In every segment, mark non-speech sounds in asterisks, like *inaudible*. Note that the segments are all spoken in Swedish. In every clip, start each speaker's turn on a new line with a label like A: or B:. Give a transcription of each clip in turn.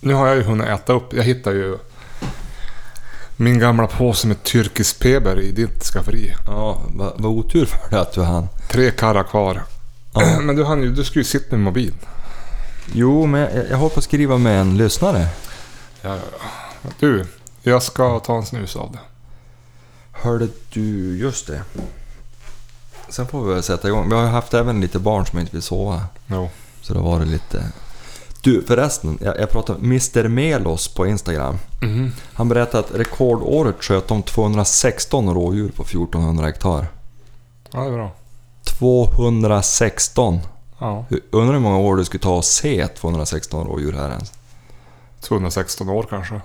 A: Nu har jag ju hunnit äta upp. Jag hittar ju min gamla påse med tyrkisk peber i ditt skafferi.
B: Ja, vad vad otur för det att du hann.
A: Tre karrar kvar. *clears throat* Men du, hann ju, du skulle ju sitta med mobilen.
B: Jo, men jag, jag håller på att skriva med en lyssnare.
A: Ja, ja, ja. Du, jag ska ta en snus av det.
B: Hörde du, just det. Sen får vi väl sätta igång. Vi har ju haft även lite barn som inte vill sova.
A: Jo.
B: Så då var det lite... Du förresten, jag, jag pratade med Mr Melos på Instagram.
A: Mhm.
B: Han berättade att rekordåret sköt de 216 rådjur på 1400 hektar.
A: Ja, det är bra.
B: 216!
A: Ja.
B: Hur- Undrar hur många år det skulle ta att se 216 rådjur här ens.
A: 216 år kanske.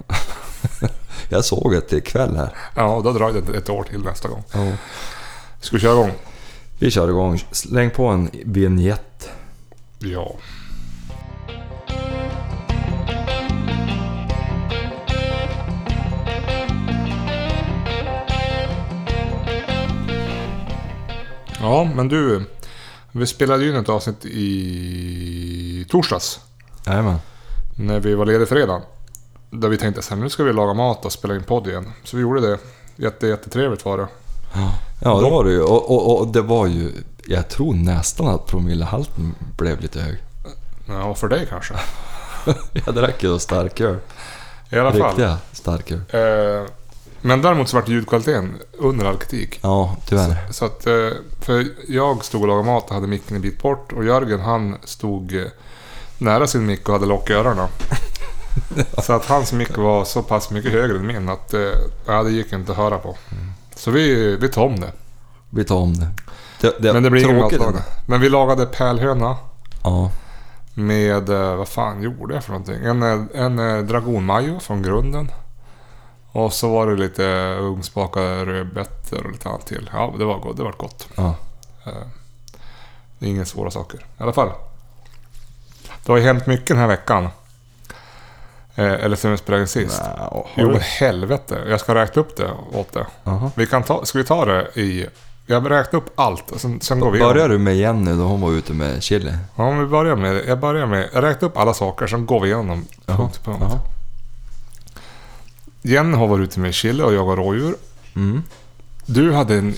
B: Jag såg ett ikväll här.
A: *laughs* Ja, då drar det ett år till nästa gång. Ska vi köra igång?
B: Vi kör igång. Släng på en vignett.
A: Ja. Ja, men du. Vi spelade ju in ett avsnitt i torsdags.
B: Jajamän.
A: När vi var lediga fredag. Där vi tänkte så här, nu ska vi laga mat och spela in podd igen. Så vi gjorde det. Jätte, jättetrevligt var det.
B: Ja, det var det ju. Och, och, och det var ju... Jag tror nästan att promillehalten blev lite hög. *laughs*
A: Ja, för dig kanske.
B: Jag drack ju då starköl.
A: I alla fall.
B: Riktiga starköl.
A: Eh, men däremot så vart ljudkvaliteten under all kritik.
B: Ja, tyvärr.
A: Så att, eh, för jag stod och lagade mat och hade micken en bit bort och Jörgen han stod eh, nära sin mick och hade lock i
B: *laughs*
A: öronen. så att hans mick var så pass mycket högre än min att eh, ja, det gick inte att höra på.
B: Mm.
A: Så vi, vi tog om det.
B: Vi tar om det. det, det
A: Men det blir ingen
B: tråkigt
A: matlagning. Men vi lagade pärlhöna
B: Ja.
A: med, eh, vad fan gjorde jag för någonting? En, eh, en eh, dragonmajo från grunden. Och så var det lite ugnsbakade rödbetor och lite annat till. Ja, det var gott. Det var gott. Eh,
B: ja.
A: Det är inga svåra saker. I alla fall. Det har ju hänt mycket den här veckan. Eh, eller sen vi spelade in sist.
B: Wow,
A: jo, men helvete. Jag ska räkna upp det åt det.
B: Aha.
A: Vi kan ta, ska vi ta det i... Jag räknar upp allt och sen, sen går vi igenom.
B: Börjar du med Jenny då hon var ute med chili?
A: Ja, men vi börjar med... Jag börjar med... Jag räknar upp alla saker, sen går vi igenom dem punkt för punkt.
B: Jaha.
A: Jenny har varit ute med chili och jagat rådjur.
B: Mm.
A: Du hade en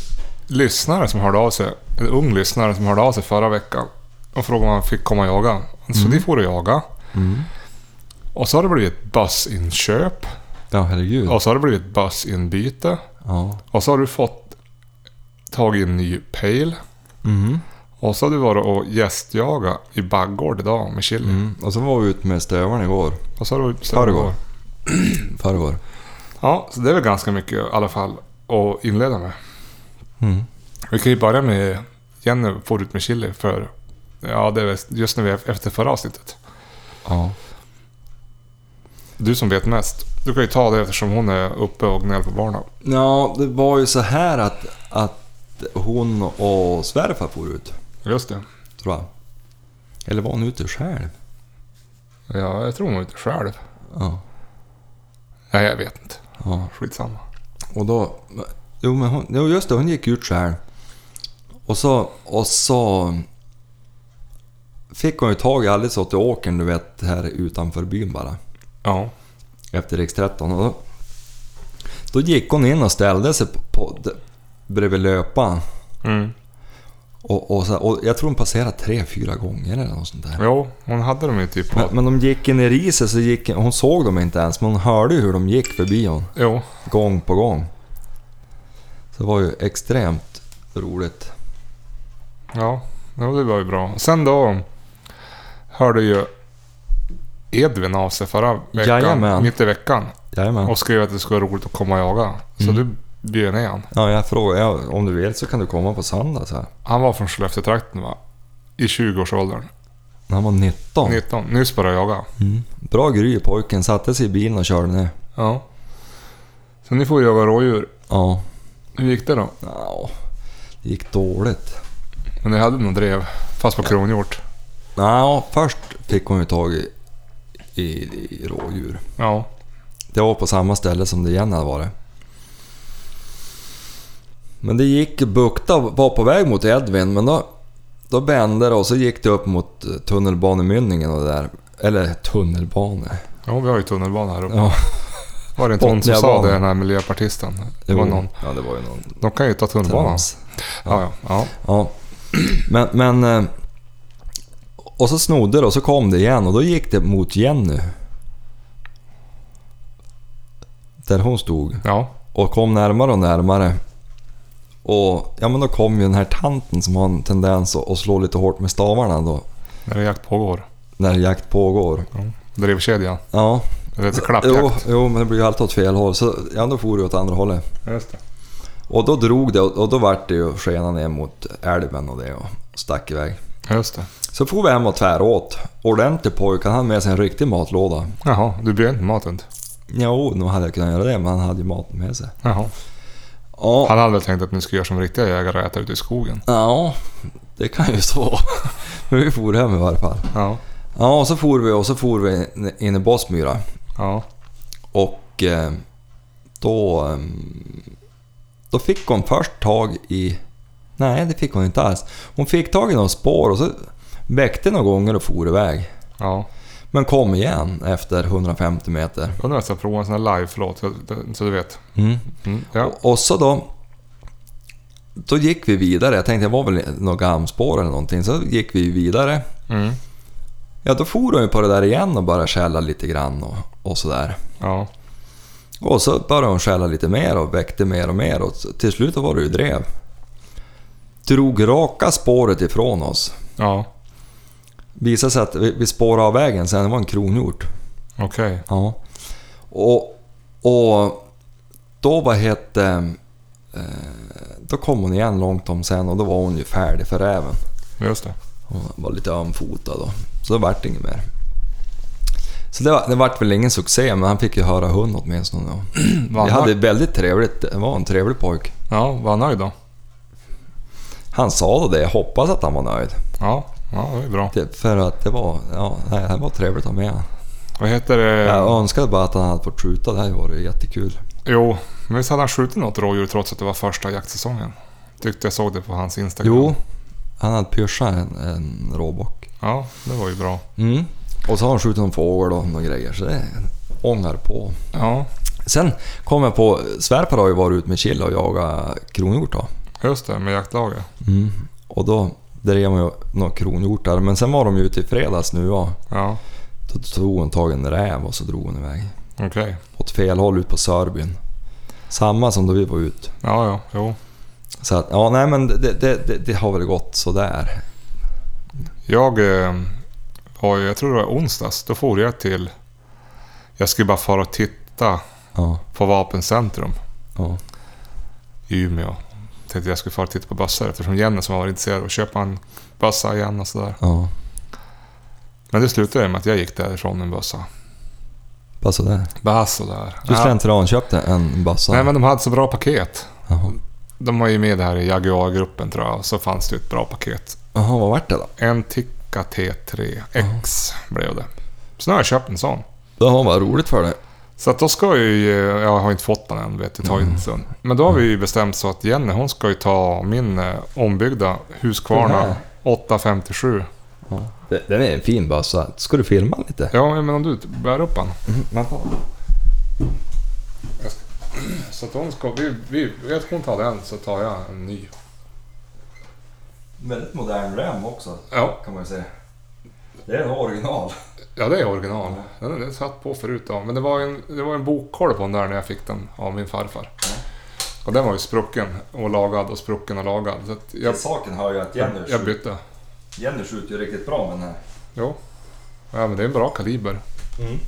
A: lyssnare som hörde av sig, en ung lyssnare som hörde av sig förra veckan och frågade om han fick komma och jaga. Så det får du jaga.
B: Mm.
A: Och så har det blivit ett bussinköp.
B: Ja, herregud.
A: Och så har det blivit ett bussinbyte.
B: Ja.
A: Och så har du fått tag i en ny pale.
B: Mm.
A: Och så har du varit och gästjaga i Baggård idag med chili.
B: Mm. Och så var vi ute med stövaren igår.
A: Och så har du... så-
B: Förrgår. Förrgår.
A: Ja, så det är väl ganska mycket i alla fall att inleda med.
B: Mm.
A: Vi kan ju börja med Jenny får ut med chili för... Ja, det är väl just när vi är efter förra avsnittet.
B: Ja.
A: Du som vet mest. Du kan ju ta det eftersom hon är uppe och gnäller på barnen.
B: Ja, det var ju så här att, att hon och svärfar for ut,
A: Just det.
B: tror jag. Eller var hon ute själv?
A: Ja, jag tror hon är ute själv.
B: Ja.
A: Nej, jag vet inte.
B: ja.
A: Skitsamma.
B: Och då... Jo, men hon, jo, just det. Hon gick ut själv. Och så... Och så fick hon ju tag i alldeles åt i åkern, du vet, här utanför byn bara.
A: Ja.
B: efter riks 13. Och då, då gick hon in och ställde sig på, på, d- bredvid löpan.
A: Mm.
B: Och, och, så, och jag tror hon passerade tre, fyra gånger eller något sånt där.
A: Jo, hon hade dem ju typ på...
B: Men, men de gick in i riset så gick hon såg dem inte ens, men hon hörde ju hur de gick förbi hon.
A: Jo.
B: Gång på gång. Så det var ju extremt roligt.
A: Ja. Jo, det var ju bra. Sen då hörde ju Edvin av sig förra veckan.
B: Jajamän.
A: Mitt i veckan.
B: Jajamän.
A: Och skrev att det skulle vara roligt att komma och jaga. Så du bjöd ner han.
B: Ja, jag frågade, ja, om du vill så kan du komma på söndag så här.
A: Han var från Skellefteå-trakten va? I 20-årsåldern.
B: När han var 19.
A: 19. Nyss började jaga.
B: Mm. Bra gry pojken, satte sig i bilen och körde ner.
A: Ja. Så ni får ju jaga rådjur.
B: Ja.
A: Hur gick det då?
B: Ja, det gick dåligt.
A: Men ni hade nog drev. Fast på kronhjort.
B: Ja, först fick hon ju tag i, i, i rådjur.
A: Ja.
B: Det var på samma ställe som det igen hade varit. Men det gick bukta, var på väg mot Edvin, men då, då eh, vände det och så gick det upp mot tunnelbanemynningen och det där. Eller tunnelbane.
A: Ja, vi har ju tunnelbana här uppe.
B: Ja,
A: Var det inte hon som sa
B: Botniabanan.
A: det, den här miljöpartisten? Det var någon.
B: Mm. Ja, det var ju någon
A: De kan ju ta tunnelbanan.
B: trams.
A: Ja, ja. ja.
B: Ja. Men, men... eh, Och så snodde det och så kom det igen och då gick det mot Jenny. Där hon stod.
A: ja.
B: Och kom närmare och närmare. Och ja men då kom ju den här tanten som har en tendens att, att slå lite hårt med stavarna då.
A: När det jakt pågår.
B: När jakt pågår.
A: Drevkedjan.
B: Ja.
A: Eller lite
B: Jo,
A: klappjakt.
B: jo, men det blir ju alltid åt fel håll. Så ja, då for det åt andra hållet.
A: Just det.
B: Och då drog det och, och då vart det ju skena ner mot älven och det och stack iväg.
A: Just det.
B: Så får vi hem och tväråt. Ordentlig pojke, han hade med sig en riktig matlåda.
A: Jaha, du bjöd inte maten?
B: Jo, nog hade jag kunnat göra det, men han hade ju maten med sig.
A: Jaha.
B: Ja,
A: Han hade väl tänkt att ni skulle göra som riktiga jägare och äta ute i skogen?
B: ja det kan ju så. *laughs* Men vi for hem i varje fall.
A: Ja.
B: Ja, och så for vi och så for vi in i Bossmyra.
A: Ja.
B: Och eh, då... eh, Då fick hon först tag i... Nej, det fick hon inte alls. Hon fick tag i några spår och så väckte några gånger och for iväg.
A: Ja.
B: Men kom igen efter 150 meter.
A: Jag undrar om jag ska prova en sån här live, förlåt, så- så du vet.
B: Mm.
A: Mm. Ja.
B: Och, och så då... Då gick vi vidare. Jag tänkte det var väl något gamspår eller någonting. Så gick vi vidare.
A: Mm.
B: Ja, då for hon ju på det där igen och började skälla lite grann och, och sådär.
A: Ja.
B: Och så började hon skälla lite mer och väckte mer och mer och till slut var det ju drev. Drog raka spåret ifrån oss.
A: Ja.
B: Visade sig att vi, vi spårade av vägen sen, det var en kronhjort.
A: Okej.
B: Ja. Och, och då vad hette... eh, Då kom hon igen långt om sen och då var hon ju färdig för räven.
A: Just det.
B: Hon var lite ömfotad då. Så det vart inget mer. Så det, var, det vart väl ingen succé men han fick ju höra hund åtminstone. då.
A: Var
B: Vi
A: han,
B: hade väldigt trevligt, det var en trevlig pojk.
A: ja, var han nöjd då?
B: Han sa då det, jag hoppas att han var nöjd.
A: Ja. Ja, det är bra.
B: Det, för att det var, ja, nej, det var trevligt att ha med honom.
A: Vad heter det?
B: Jag önskade bara att han hade fått skjuta, det hade varit jättekul.
A: Jo, men visst hade han skjutit något rådjur trots att det var första jaktsäsongen? Tyckte jag såg det på hans Instagram.
B: Jo, han hade pyschat en, en råbock.
A: Ja, det var ju bra.
B: Mm. Och så har han skjutit någon fågel och några grejer, så det ångar på.
A: Ja,
B: Sen kom jag på, svärfar har ju varit ute med Killa och jagat kronhjort då.
A: just det, med jaktlaget.
B: Mm. Och då drev man ju några kronhjortar, men sen var de ju ute i fredags nu ja.
A: Ja,
B: Då tog hon tag i en räv och så drog hon iväg.
A: okej.
B: åt fel håll ut på Sörbyn. Samma som då vi var ut.
A: Ja, ja, jo.
B: Så att, ja nej men det, det, det, det har väl gått sådär.
A: Jag eh, var ju, jag tror det var onsdags, då for jag till... Jag skulle bara fara och titta
B: Ja,
A: på Vapencentrum
B: ja,
A: i Umeå. Tänkte jag skulle fara och titta på bössor eftersom Jenny som var intresserad av att köpa en bössa igen och sådär.
B: ja.
A: Men det slutade med att jag gick därifrån med en bössa.
B: Bara sådär.
A: Bara sådär.
B: Du
A: Ja.
B: slentrianköpte en bössa?
A: Nej men de hade så bra paket.
B: Jaha.
A: De var ju med här i Jaguar-gruppen tror jag, och så fanns det ett bra paket.
B: Jaha, vad vart det då?
A: En Tikka T3X blev det. Så nu har jag köpt en sån.
B: Jaha, vad roligt för dig.
A: Så att då ska jag ju... Jag har inte fått den än, vet det tar
B: Mm.
A: ju en stund. Men då har vi ju bestämt så att Jenny, hon ska ju ta min eh, ombyggda
B: Den
A: Husqvarna
B: här?
A: 857.
B: Det, den är en fin bössa. Ska du filma lite?
A: Ja, men om du bär upp den.
B: Vänta.
A: Så att hon ska... Vi, vi, vet hon tar den så tar jag en ny.
B: Väldigt modern ram också,
A: Ja,
B: kan man ju säga. Det är en original.
A: ja det är original. Den, den satt på förut då. Men det var ju en, det var en bokkolv på den där när jag fick den av min farfar.
B: Mm.
A: Och den var ju sprucken och lagad och sprucken och lagad. Så att jag,
B: Saken hör ju att
A: jag bytte.
B: Jenny skjuter ju riktigt bra med den här.
A: Jo. Ja, men det är en bra kaliber.
B: Mm.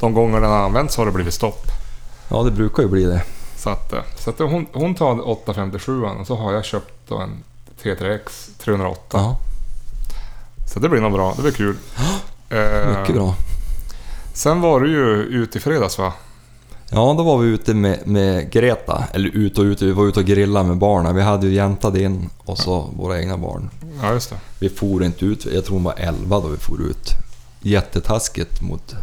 A: De gånger den har använts har det blivit stopp.
B: Ja, det brukar ju bli det.
A: Så att, eh, så att hon, hon tar 857 och så har jag köpt då en T3X 308.
B: Ja,
A: Så det blir nog bra. Det blir
B: *gasps*
A: kul. Eh,
B: mycket bra.
A: Sen var du ju ute i fredags va?
B: Ja, då var vi ute med, med Greta. Eller ute och ute, vi var ute och grillade med barnen. Vi hade ju jäntat in och så våra egna barn.
A: Ja, just det.
B: Vi for inte ut, jag tror hon var 11 då vi for ut. Jättetaskigt mot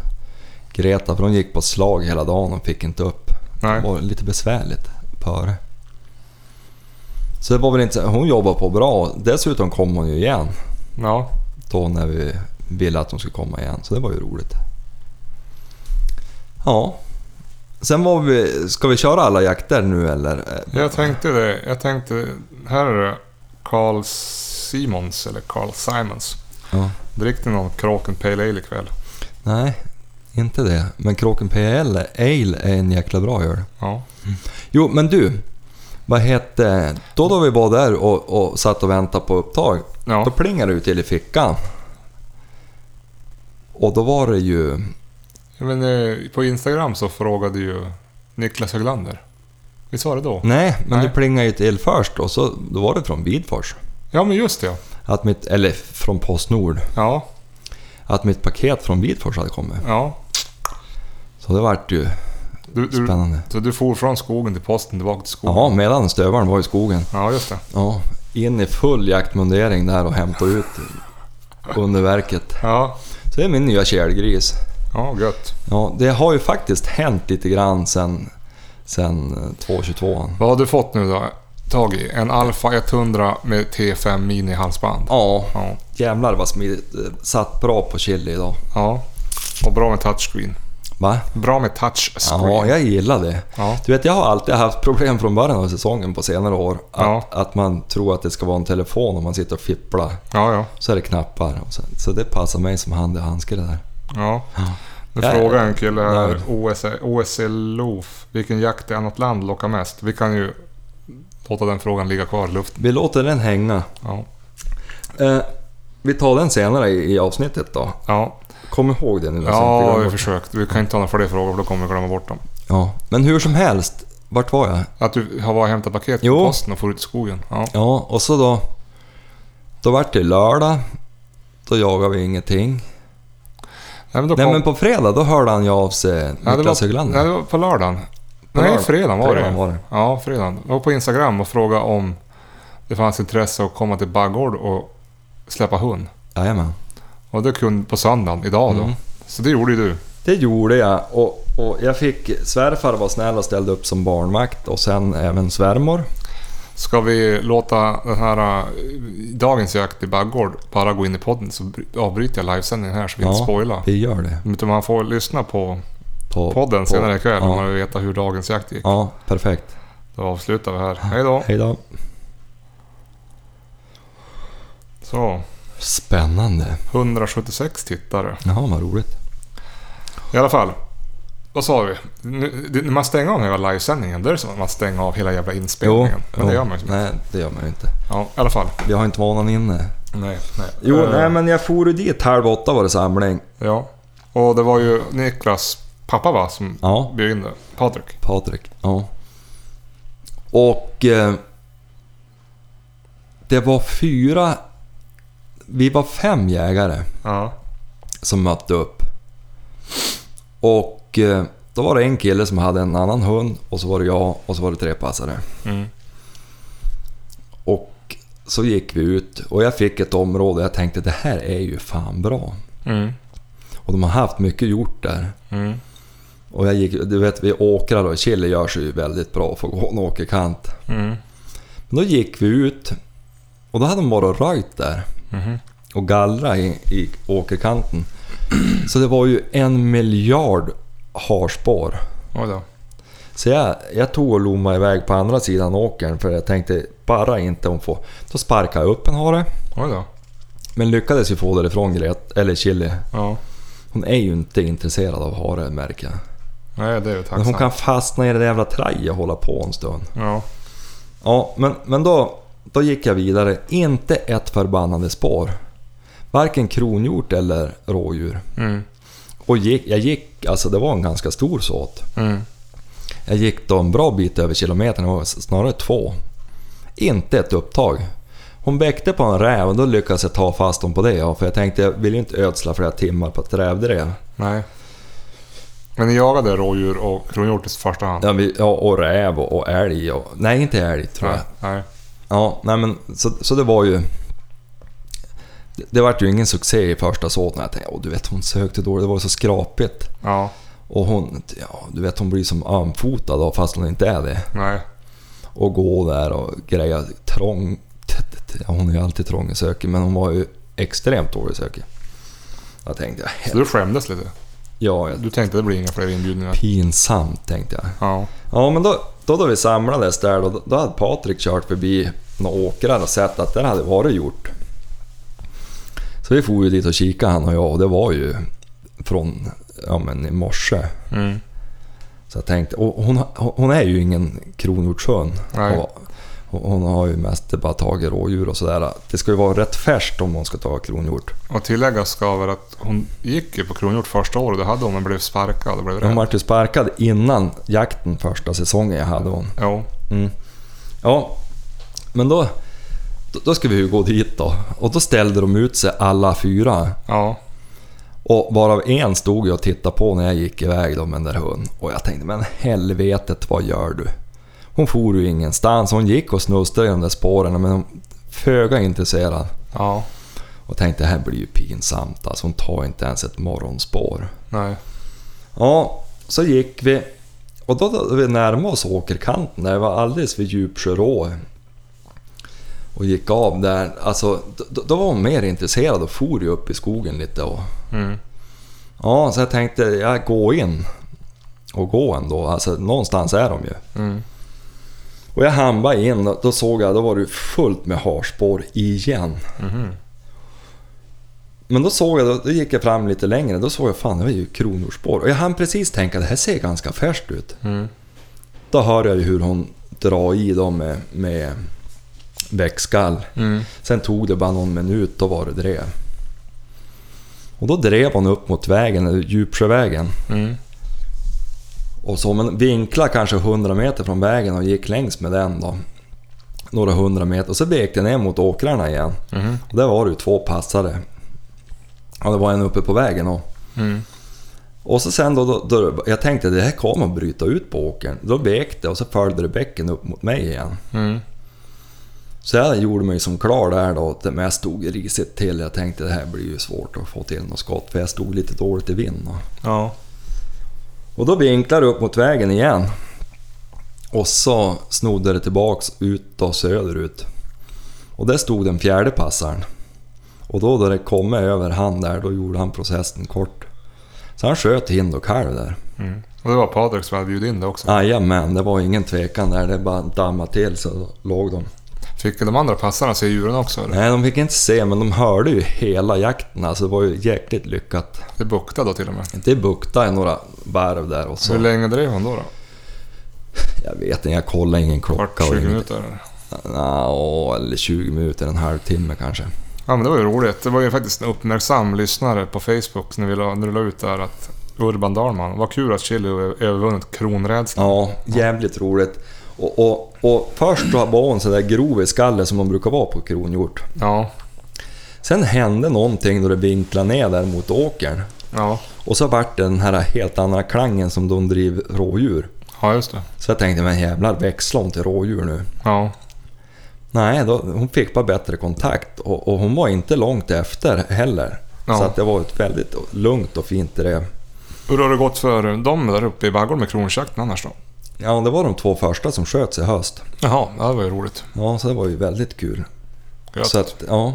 B: Greta för hon gick på slag hela dagen och fick inte upp. Det
A: Nej.
B: var lite besvärligt före. Så det var väl inte så- hon jobbade på bra. Dessutom kom hon ju igen
A: Ja.
B: då när vi ville att hon skulle komma igen. Så det var ju roligt. Ja. Sen var vi... Ska vi köra alla jakter nu eller?
A: Jag tänkte det. Jag tänkte... Här är det Carl Simons, eller Carl Simons.
B: Ja.
A: Drick dig någon Kraken Pale Ale ikväll.
B: Nej, inte det. Men Kråken PL Ale är en jäkla bra öl.
A: Ja.
B: Jo, men du. Vad hette... Då då vi var där och, och satt och väntade på upptag. Då
A: Ja.
B: plingade det ut till i fickan. Och då var det ju...
A: ja men, eh, på Instagram så frågade ju Niklas Höglander. Visst var det då?
B: Nej, men
A: Nej.
B: det plingade ju till först och så, då var det från Vidfors.
A: Ja, men just det. ja.
B: Att mitt, eller från Postnord.
A: Ja,
B: Att mitt paket från Vidfors hade kommit.
A: ja.
B: Så det vart ju
A: Du, du,
B: spännande.
A: så du for från skogen till posten, tillbaka till skogen?
B: Ja, medan stövaren var i skogen.
A: Ja, just det.
B: Ja, in i full jaktmundering där och hämta ut underverket.
A: Ja,
B: Så det är min nya kelgris.
A: ja gött.
B: Ja, det har ju faktiskt hänt lite grann sen, sen eh, 222
A: Vad har du fått nu då? Tag i? En Alfa 100 med T5 mini-halsband?
B: Ja,
A: Ja.
B: jävlar vad smidigt. Eh, Satt bra på chili idag.
A: ja. Och bra med touchscreen.
B: Va?
A: Bra med touchscreen.
B: Ja, jag gillar det.
A: Ja.
B: Du vet, jag har alltid haft problem från början av säsongen på senare år. Att,
A: Ja.
B: att man tror att det ska vara en telefon om man sitter och fipplar.
A: ja, ja.
B: Så är det knappar. Och Så, så det passar mig som hand i handske det där.
A: ja. Nu
B: Jag är
A: frågar en kille här, E,
B: nörd.
A: OS, OSLOF, vilken jakt i annat land lockar mest? Vi kan ju låta den frågan ligga kvar i luften.
B: Vi låter den hänga.
A: Ja.
B: Eh, vi tar den senare i, i avsnittet då.
A: Ja,
B: Kom ihåg det nu. så jag inte
A: ja
B: glömmer
A: vi
B: bort.
A: har försökt. Vi kan inte ta några fler frågor för då kommer vi glömma bort dem.
B: ja. Men hur som helst, vart var jag?
A: Att du har varit och hämtat paket på
B: Jo.
A: posten och får ut i skogen. Ja.
B: Ja, och så då... Då vart det lördag. Då jagade vi ingenting.
A: Nej, men då
B: Nej
A: kom-
B: men på fredag, då hörde han ju av sig,
A: Nej, det
B: Niklas
A: var-
B: Höglander.
A: Nej, det var på lördagen. Nej,
B: lördag-
A: fredagen var
B: fredagen
A: det.
B: var det.
A: Ja, fredagen. Jag var på Instagram och frågade om det fanns intresse att komma till Baggård och släppa hund.
B: Jajamän.
A: Och det kunde på söndagen, idag då.
B: Mm.
A: Så det gjorde ju du.
B: Det gjorde jag och, och jag fick... Svärfar var snäll och ställde upp som barnvakt och sen även svärmor.
A: Ska vi låta den här eh, dagens jakt i Baggård bara gå in i podden så bry- avbryter jag livesändningen här så vi inte
B: Ja.
A: spoilar.
B: Vi gör det.
A: Utan man får lyssna på
B: På,
A: podden senare ikväll om
B: Ja.
A: man vill veta hur dagens jakt gick.
B: Ja, perfekt.
A: Då avslutar vi här. Hej då.
B: Hej då.
A: Så,
B: Spännande.
A: 176 tittare.
B: Jaha, vad roligt.
A: I alla fall. Vad sa vi? Nu, det- när man stänger av hela livesändningen, då är det som att man stänger av hela jävla inspelningen. men det gör man ju inte.
B: Nej, det gör man ju inte.
A: Ja, i alla fall.
B: Vi har inte vanan inne.
A: Nej, nej.
B: Jo,
A: Eh,
B: nej men jag for ju dit halv åtta var det samling.
A: Ja. Och det var ju Niklas pappa va, som
B: Ja,
A: bjöd in det. Patrik.
B: Patrik. Ja. Och... Eh, det var fyra... Vi var fem jägare
A: Ja.
B: som mötte upp. Och eh, då var det en kille som hade en annan hund och så var det jag och så var det tre passare.
A: Mm.
B: Och så gick vi ut och jag fick ett område jag tänkte det här är ju fan bra.
A: Mm.
B: Och de har haft mycket gjort där.
A: Mm.
B: Och jag gick, du vet vi åkrar och chili gör sig ju väldigt bra för att gå en åkerkant.
A: Mm.
B: Men då gick vi ut och då hade de varit och röjt där
A: Mhm.
B: och gallrat i, i åkerkanten. Så det var ju en miljard harspår.
A: Oj då.
B: Så jag, jag tog och lommade iväg på andra sidan åkern för jag tänkte bara inte om få... Då sparkade jag upp en hare
A: Oj då.
B: men lyckades ju få därifrån Gret, eller Chili.
A: Ja.
B: Hon är ju inte intresserad av hare märker jag.
A: Nej, det är ju
B: Men hon
A: tacksamt.
B: kan fastna i det där jävla trajet och hålla på en stund.
A: Ja.
B: Ja, men, men då, då gick jag vidare. Inte ett förbannade spår. Varken kronhjort eller rådjur.
A: Mm.
B: Och gick, jag gick, alltså det var en ganska stor såt.
A: Mm.
B: Jag gick då en bra bit över kilometern, det var snarare två. Inte ett upptag. Hon bäckte på en räv och då lyckades jag ta fast hon på det. ja, För jag tänkte, jag vill ju inte ödsla flera timmar på ett rävdrev.
A: Nej. Men ni jagade rådjur och kronhjort i första hand?
B: Ja, vi- ja, och räv och, och älg och... Nej, inte älg tror jag.
A: Nej. Nej.
B: Ja, nej men så, så det var ju... Det, det vart ju ingen succé i första såten. Jag tänkte, åh du vet hon sökte dåligt, det var så skrapigt.
A: Ja.
B: Och hon, ja du vet hon blir som armfotad då, fast hon inte är det.
A: Nej.
B: Och gå där och greja trång... t- t- t- Ja, hon är ju alltid trång i söket, men hon var ju extremt dålig i söket. Jag tänkte,
A: Så du skämdes lite?
B: Ja, jag,
A: Du tänkte det blir inga fler inbjudningar?
B: pinsamt tänkte jag.
A: Ja.
B: Ja, men då, då då vi samlades där då, då hade Patrik kört förbi några åkrar och sett att den hade varit gjort. Så vi for ju dit och kikade han och jag och det var ju från ja, men i morse.
A: Mm.
B: Så jag tänkte, och hon, hon är ju ingen kronhjortshön.
A: Nej.
B: Och- och Hon har ju mest bara tagit rådjur och sådär. Det ska ju vara rätt färskt om hon ska ta kronhjort.
A: Och tilläggas ska väl att hon gick ju på kronhjort första året. Det hade hon men blev sparkad och blev
B: Hon
A: rädd.
B: vart ju sparkad innan jakten första säsongen jag hade hon.
A: Jo.
B: Ja, men då, då- då ska vi ju gå dit då. Och då ställde de ut sig alla fyra.
A: Ja.
B: Och varav en stod jag och tittade på när jag gick iväg då med den där hunden. Och jag tänkte, men helvetet vad gör du? Hon for ju ingenstans. Hon gick och snustrade i de där spåren men hon föga intresserad.
A: Ja.
B: Och tänkte, det här blir ju pinsamt alltså. Hon tar inte ens ett morgonspår.
A: Nej.
B: Ja, så gick vi. Och då, då vi närmade oss åkerkanten där, vi var alldeles vid Djupsjörå. Och gick av där. Alltså, då, då var hon mer intresserad och for ju upp i skogen lite. Och,
A: Mm.
B: ja, så jag tänkte jag går in och går ändå. Alltså, någonstans är de ju.
A: Mm.
B: Och jag hamnade in och då såg jag, då var det fullt med harspår igen.
A: Mhm.
B: Men då såg jag, då, då gick jag fram lite längre, då såg jag fan det var ju kronorspår. Och jag hann precis tänka det här ser ganska färskt ut.
A: Mm.
B: Då hör jag ju hur hon drar i dem med, med växtskall.
A: Mm.
B: Sen tog det bara någon minut, då var det drev. Och då drev hon upp mot vägen, eller Djupsjövägen.
A: Mm.
B: Och så, men vinkla kanske 100 meter från vägen och gick längs med den då. Några hundra meter och så vek den ner mot åkrarna igen.
A: Mhm.
B: Och där var det ju två passare. Ja, det var en uppe på vägen och
A: Mm.
B: Och så sen då, då, då jag tänkte det här kommer att bryta ut på åkern. Då vek det och så följde det bäcken upp mot mig igen.
A: Mm.
B: Så jag gjorde mig som klar där då, att- men jag stod risigt till. Jag tänkte det här blir ju svårt att få till något skott för jag stod lite dåligt i vind. då.
A: Ja.
B: Och då vinklade det upp mot vägen igen. Och så snodde det tillbaks ut och söderut. Och där stod den fjärde passaren. Och då då det kom över han där, då gjorde han processen kort. Så han sköt hind och kalv där.
A: Mm. Och det var Patrik som hade bjudit in det också.
B: Jajamän, det var ingen tvekan där. Det bara dammade till så låg de.
A: Fick de andra passarna se djuren också eller?
B: Nej, de fick inte se, men de hörde ju hela jakten. Alltså, det var ju jäkligt lyckat.
A: Det buktade då till och med.
B: Det buktade några varv där och
A: Hur
B: så...
A: länge drev hon då? då?
B: Jag vet inte, jag kollade ingen
A: Vart
B: klocka. och
A: 20
B: inget.
A: minuter? eller?
B: Ja, eller 20 minuter, en halvtimme kanske.
A: Ja men det var ju roligt. Det var ju faktiskt en uppmärksam lyssnare på Facebook när, vi la, när du la ut där att Urban Dahlman. Vad kul att Chili har övervunnit kronrädslan.
B: Ja, jävligt roligt. Och, och, och först då var hon så där grov i skallen som hon brukar vara på kronhjort.
A: Ja.
B: Sen hände någonting då det vinklade ner där mot åkern.
A: Ja.
B: Och så vart det den här helt andra klangen som de driv rådjur.
A: Ja just det.
B: Så jag tänkte, men jävlar växlar hon till rådjur nu?
A: Ja.
B: Nej, då, hon fick bara bättre kontakt och, och hon var inte långt efter heller.
A: Ja.
B: Så att det var ett väldigt lugnt och fint drev.
A: Hur har det gått för dem där uppe i Baggård med kronjakten annars då?
B: Ja, det var de två första som sköts i höst.
A: Jaha, ja, det var ju roligt.
B: Ja, så det var ju väldigt kul.
A: Gött.
B: Så att, ja,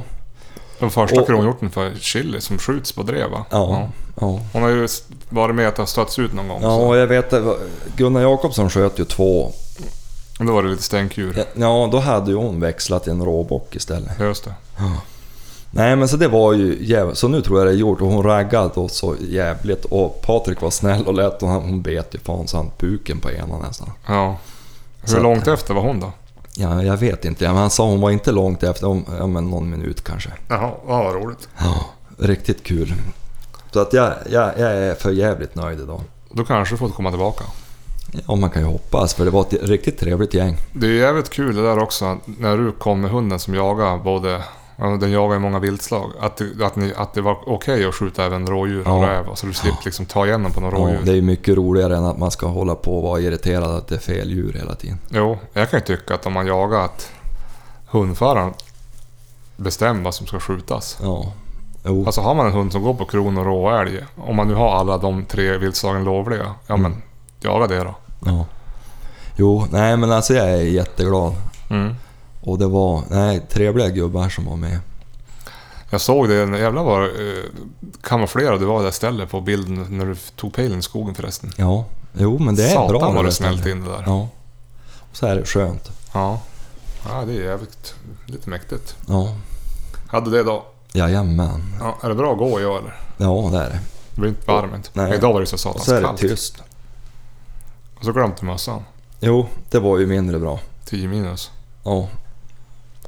A: Den första
B: och-
A: kronhjorten för Chili som skjuts på dreva.
B: ja, ja.
A: Hon har ju s- varit med att ha stötts ut någon gång.
B: Ja,
A: så.
B: och jag vet att Gunnar Jakobsson sköt ju två.
A: Men Då var det lite stänkdjur.
B: Ja, då hade ju hon växlat till en råbock istället.
A: Ja. Just det.
B: Nej men så det var ju jävligt. Så nu tror jag det är gjort och hon raggade då så jävligt och Patrik var snäll och lät och han- hon bet ju fan så han buken på ena nästan.
A: Ja. Hur
B: Så att-
A: långt efter var hon då?
B: Ja, jag vet inte, Ja, men han sa hon var inte långt efter, om, ja, men någon minut kanske.
A: Jaha, ja, vad roligt.
B: Ja, riktigt kul. Så att jag, jag, jag är för jävligt nöjd idag.
A: Då kanske du får komma tillbaka.
B: Ja, man kan ju hoppas för det var ett riktigt trevligt gäng.
A: Det är ju jävligt kul det där också när du kom med hunden som jagar både... ja, Den jagar i många viltslag. Att det, att ni, att det var okej att skjuta även rådjur och
B: Ja.
A: räv. Så du slipper liksom ta igen dem på några
B: Ja,
A: rådjur.
B: det är ju mycket roligare än att man ska hålla på och vara irriterad att det är fel djur hela tiden.
A: Jo, jag kan ju tycka att om man jagar att hundföraren bestämmer vad som ska skjutas.
B: Ja, jo.
A: Alltså har man en hund som går på kron och råälg, om man nu har alla de tre viltslagen lovliga, ja
B: Mm.
A: men jaga det då.
B: Ja. Jo, nej men alltså jag är jätteglad.
A: Mm.
B: Och det var nej, trevliga gubbar som var med.
A: Jag såg det, en jävla var eh, kamouflerad du var där stället på bilden när du tog pejlen i skogen förresten.
B: Ja, jo men det är
A: Satan
B: bra.
A: vad
B: när
A: det
B: ställer.
A: smält in det där. Ja.
B: Ja. Och så är det skönt.
A: ja. det är jävligt lite mäktigt.
B: Ja,
A: Hade det idag.
B: jajamän.
A: Ja, är det bra att gå i år eller?
B: Ja, det är det.
A: Det blir inte varmt.
B: Nej.
A: Idag var det så
B: Och
A: satans
B: så är det
A: kallt.
B: tyst.
A: Och så glömde du mössan.
B: Jo, det var ju mindre bra.
A: 10 minus.
B: Ja,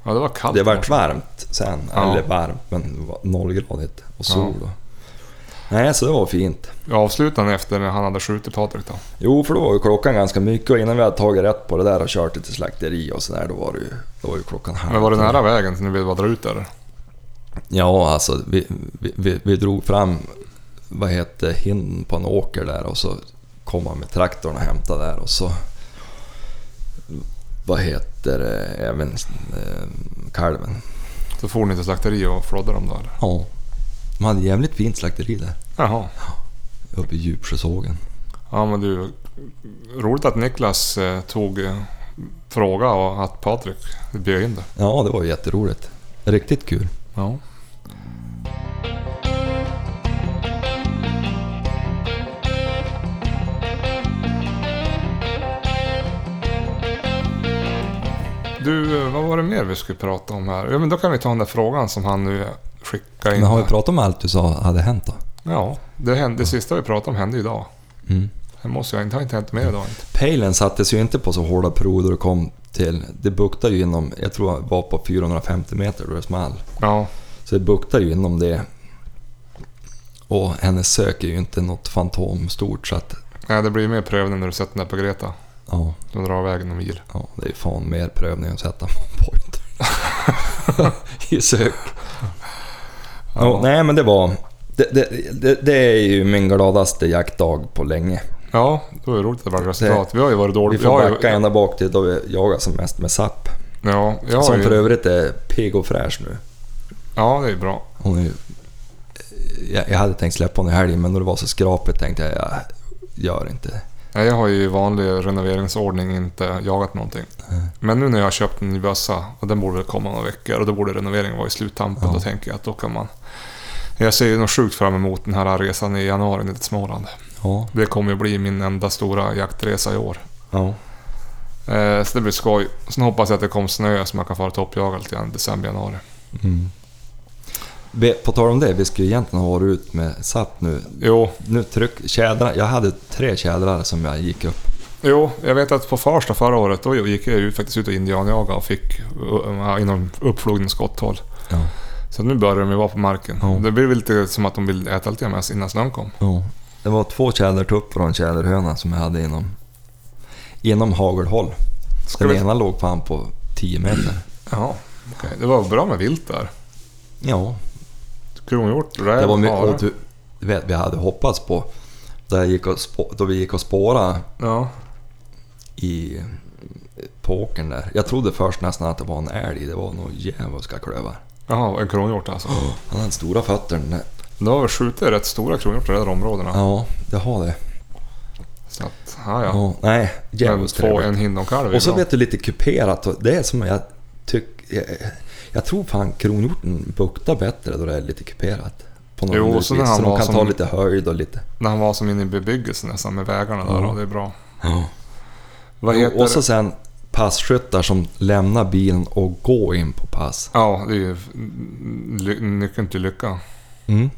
A: Ja, det var kallt.
B: det
A: i
B: vart
A: morse.
B: varmt sen.
A: Ja.
B: Eller varmt, men det var nollgradigt. Och sol. då. Nej, så det var fint.
A: Jag avslutade den efter när han hade skjutit Patrik då.
B: Jo, för då var ju klockan ganska mycket och innan vi hade tagit rätt på det där och kört det till slakteri och sådär, då var det ju, då var ju klockan halv.
A: Men var det nära vägen så ni ville bara dra ut där?
B: Ja, alltså vi, vi, vi, vi drog fram, vad heter hinden på en åker där och så kom han med traktorn och hämtade där och så... Vad heter det, även eh, kalven?
A: Så for ni till slakteri och flådde dem då eller?
B: Ja. De hade jävligt fint slakteri där,
A: Jaha.
B: uppe i Djupsjösågen.
A: Ja men du, roligt att Niklas eh, tog eh, fråga och att Patrik bjöd in det.
B: Ja, det var jätteroligt. Riktigt kul.
A: Ja. Du, eh, vad var det mer vi skulle prata om här? Ja, men då kan vi ta den där frågan som han nu skickade in.
B: Men har vi
A: här.
B: pratat om allt du sa hade hänt då?
A: ja, det, hände, det sista vi pratade om hände idag.
B: Mm.
A: Det måste jag inte, har inte hänt mer idag inte.
B: Pejlen sattes ju inte på så hårda prov då det kom till... Det buktade ju inom, jag tror det var på 450 meter då det small.
A: Ja,
B: Så det buktar ju inom det. Och hennes sök är ju inte något fantom stort så att...
A: nej, det blir ju mer prövning när du sätter den där på Greta.
B: Ja,
A: De drar iväg någon mil.
B: ja det är ju fan mer prövning att sätta pointer. *laughs* I sök. Ja. nej men det var... Det, det, det, det är ju min gladaste jaktdag på länge.
A: Ja, då är det roligt att det var resultat. Vi har ju varit
B: Vi
A: dåliga.
B: får
A: Jag har ju-
B: backa ända bak till då vi jagade som mest med Zapp.
A: Ja, jag har
B: som
A: ju-
B: för övrigt är pigg och fräsch nu.
A: Ja, det är bra.
B: Hon är ju... Jag, jag hade tänkt släppa henne i helgen men då det var så skrapigt tänkte jag, jag gör inte det.
A: Nej, jag har ju i vanlig renoveringsordning inte jagat någonting.
B: Mm.
A: Men nu när jag har köpt en ny bössa, och den borde väl komma några veckor, och då borde renoveringen vara i sluttampen.
B: Ja.
A: Då tänker jag att då kan man... Jag ser ju nog sjukt fram emot den här resan i januari ner till Småland.
B: Ja.
A: Det kommer ju bli min enda stora jaktresa i år.
B: Ja.
A: Eh, så det blir skoj. Sen hoppas jag att det kommer snö så man kan fara toppjaga lite grann i december, januari.
B: Vi- På tal om det, vi skulle egentligen ha varit ut med SAP nu.
A: Jo,
B: Nu tryck, tjädrar, jag hade tre tjädrar som jag gick upp.
A: Jo, jag vet att på första förra året då gick jag ju faktiskt ut och indianjagade och fick uh, inom uppflogen skotthåll.
B: Ja.
A: Så nu börjar de ju vara på marken.
B: Ja.
A: Det blir väl lite som att de vill äta lite grann med oss innan snön kom.
B: Det var två tjädertuppar och en tjäderhöna som jag hade inom, inom hagelhåll.
A: Ska
B: Den
A: vi...
B: ena låg fan på 10 meter.
A: Ja, okej. Det var bra med vilt där.
B: Ja,
A: Kronhjort, räv,
B: det var mycket.
A: hare.
B: Och du, du vet, vi hade hoppats på, där jag gick och spå, då vi gick och spårade
A: Ja,
B: i, eh, på åkern där. Jag trodde först nästan att det var en älg, det var nog djävulska klövar.
A: Jaha, en kronhjort alltså.
B: Han hade stora fötter den där.
A: Då har vi skjutit rätt stora kronhjortar i de där områdena.
B: Ja, det har det.
A: Så att, ja, ja.
B: Ja, nej,
A: Men
B: jävligt
A: få en
B: trevligt.
A: hindonkalv är
B: Och så
A: bra.
B: vet du, lite kuperat. och Det är som jag tycker... Jag, jag tror fan kronhjorten buktar bättre då det är lite kuperat. På något
A: Jo, och
B: vis.
A: så
B: Så
A: när han
B: de
A: var
B: kan
A: som-
B: ta lite höjd och lite...
A: När han var som inne i bebyggelsen nästan med vägarna där.
B: Ja.
A: Och det är bra.
B: Ja.
A: Vad heter...
B: Och så sen passkyttar som lämnar bilen och går in på pass.
A: Ja, det är ju mm, ly- nyckeln till lycka.
B: Mm.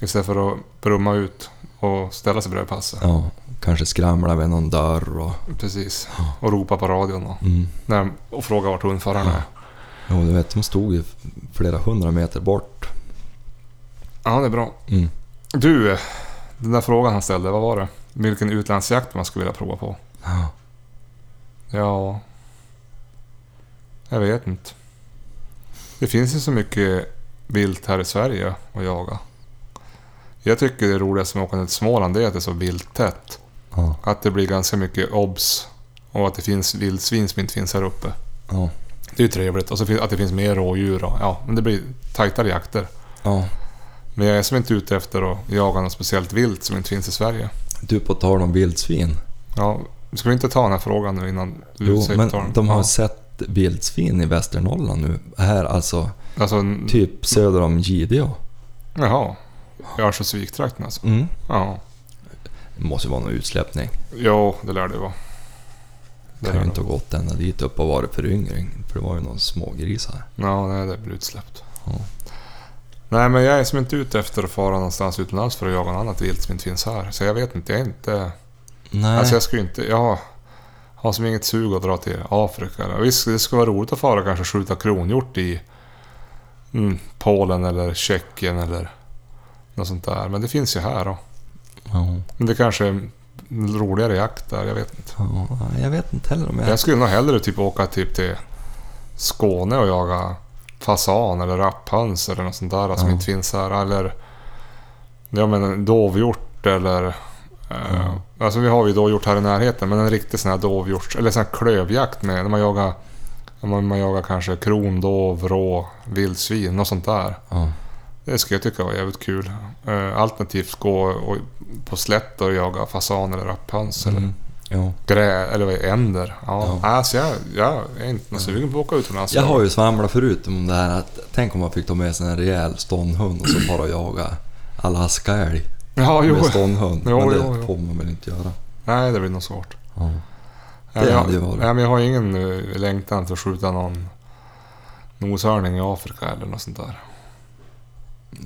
A: Istället för att brumma ut och ställa sig bredvid passet.
B: Ja, kanske skramlar vid någon dörr och...
A: Precis. Och ropa på radion och,
B: Mm.
A: när, och fråga vart hundföraren är.
B: Ja, du vet, de stod ju flera hundra meter bort.
A: Ja, det är bra.
B: Mm.
A: Du, eh, den där frågan han ställde, vad var det? Vilken utlandsjakt man skulle vilja prova på?
B: Ja.
A: Ja... Jag vet inte. Det finns ju så mycket vilt här i Sverige att jaga. Jag tycker det roligaste med att åka ner till Småland det är att det är så vilttätt.
B: Ja.
A: Att det blir ganska mycket obs och att det finns vildsvin som inte finns här uppe.
B: Ja.
A: Det är ju trevligt. Och så fin- att det finns mer rådjur. Och, ja, men det blir tajtare jakter.
B: ja.
A: Men jag är som inte ute efter att jaga något speciellt vilt som inte finns i Sverige.
B: Du, på tal om vildsvin.
A: Ja, ska vi inte ta den här frågan nu innan du
B: Jo,
A: säger- tar
B: men
A: den?
B: de har
A: ja.
B: sett vildsvin i Västernorrland nu. Här alltså
A: Alltså, n-
B: Typ söder om Gidea.
A: jaha. I Örnsköldsvik-trakten alltså?
B: Mm.
A: Ja.
B: Det måste ju vara någon utsläppning.
A: Jo, det lär det vara.
B: Det kan ju inte ha gått ända dit upp och varit föryngring. För det var ju någon smågris här.
A: Ja, nej, det blir utsläppt.
B: Ja.
A: Nej, men jag är som inte ute efter att fara någonstans utomlands för att jaga något annat vilt som inte finns här. Så jag vet inte, jag är inte...
B: Nej.
A: Alltså jag skulle inte... Jag har som inget sug att dra till Afrika. Visst, det skulle vara roligt att fara och kanske skjuta kronhjort i mm, Polen eller Tjeckien eller något sånt där. Men det finns ju här då.
B: Ja,
A: Men det kanske är en roligare jakt där, jag vet inte.
B: ja, jag vet inte heller om jag...
A: Jag skulle nog hellre typ åka typ till Skåne och jaga fasan eller rapphöns eller något sånt där som
B: Ja.
A: inte finns här. Eller jag menar dovhjort eller... Eh, Alltså vi har ju dovhjort här i närheten men en riktig sån här dovhjorts... Eller sån här klövjakt med när man jagar... När man, man jagar kanske krondov, rå, vildsvin, något sånt där.
B: Ja.
A: Det skulle jag tycka var jävligt kul. Eh, alternativt gå och, på slätt och jaga fasan eller rapphöns eller
B: Mm. Ja.
A: grä, eller vad är det, änder. Ja.
B: Ja.
A: Alltså jag, jag är inte någon sugen på att åka utomlands.
B: Jag har ju svamlat förut om det här att tänk om man fick ta med sig en rejäl ståndhund och så bara jaga Alaskaälg
A: Ja, jo.
B: med ståndhund.
A: Jo,
B: Men det
A: jo, jo.
B: får man väl inte göra.
A: Nej, det blir nog svårt.
B: Ja.
A: Nej,
B: Det
A: men
B: hade ju
A: jag,
B: varit.
A: nej, men jag har ingen eh, längtan till att skjuta någon noshörning i Afrika eller något sånt där.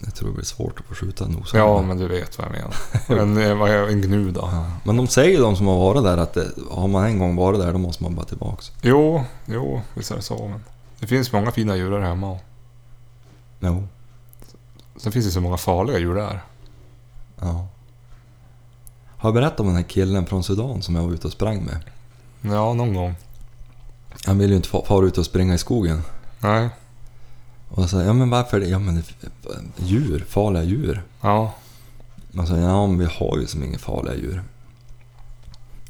B: Jag tror det blir svårt att få skjuta en noshörning.
A: Ja, men du vet vad jag
B: *laughs*
A: menar. Men eh, vad är en gnu då?
B: Men de säger ju de som har varit där att det, har man en gång varit där då måste man bara tillbaks.
A: Jo, jo, visst är det så. Men det finns många fina djur där hemma. och
B: Jo.
A: Sen finns det så många farliga djur där.
B: Ja. Har jag berättat om den här killen från Sudan som jag var ute och sprang med?
A: Ja, någon gång.
B: Han ville ju inte fa- fara ut och springa i skogen.
A: Nej.
B: Och så, ja men varför det? Ja men det- djur, farliga djur.
A: Ja.
B: Man sa, Alltså, ja men vi har ju som inga farliga djur.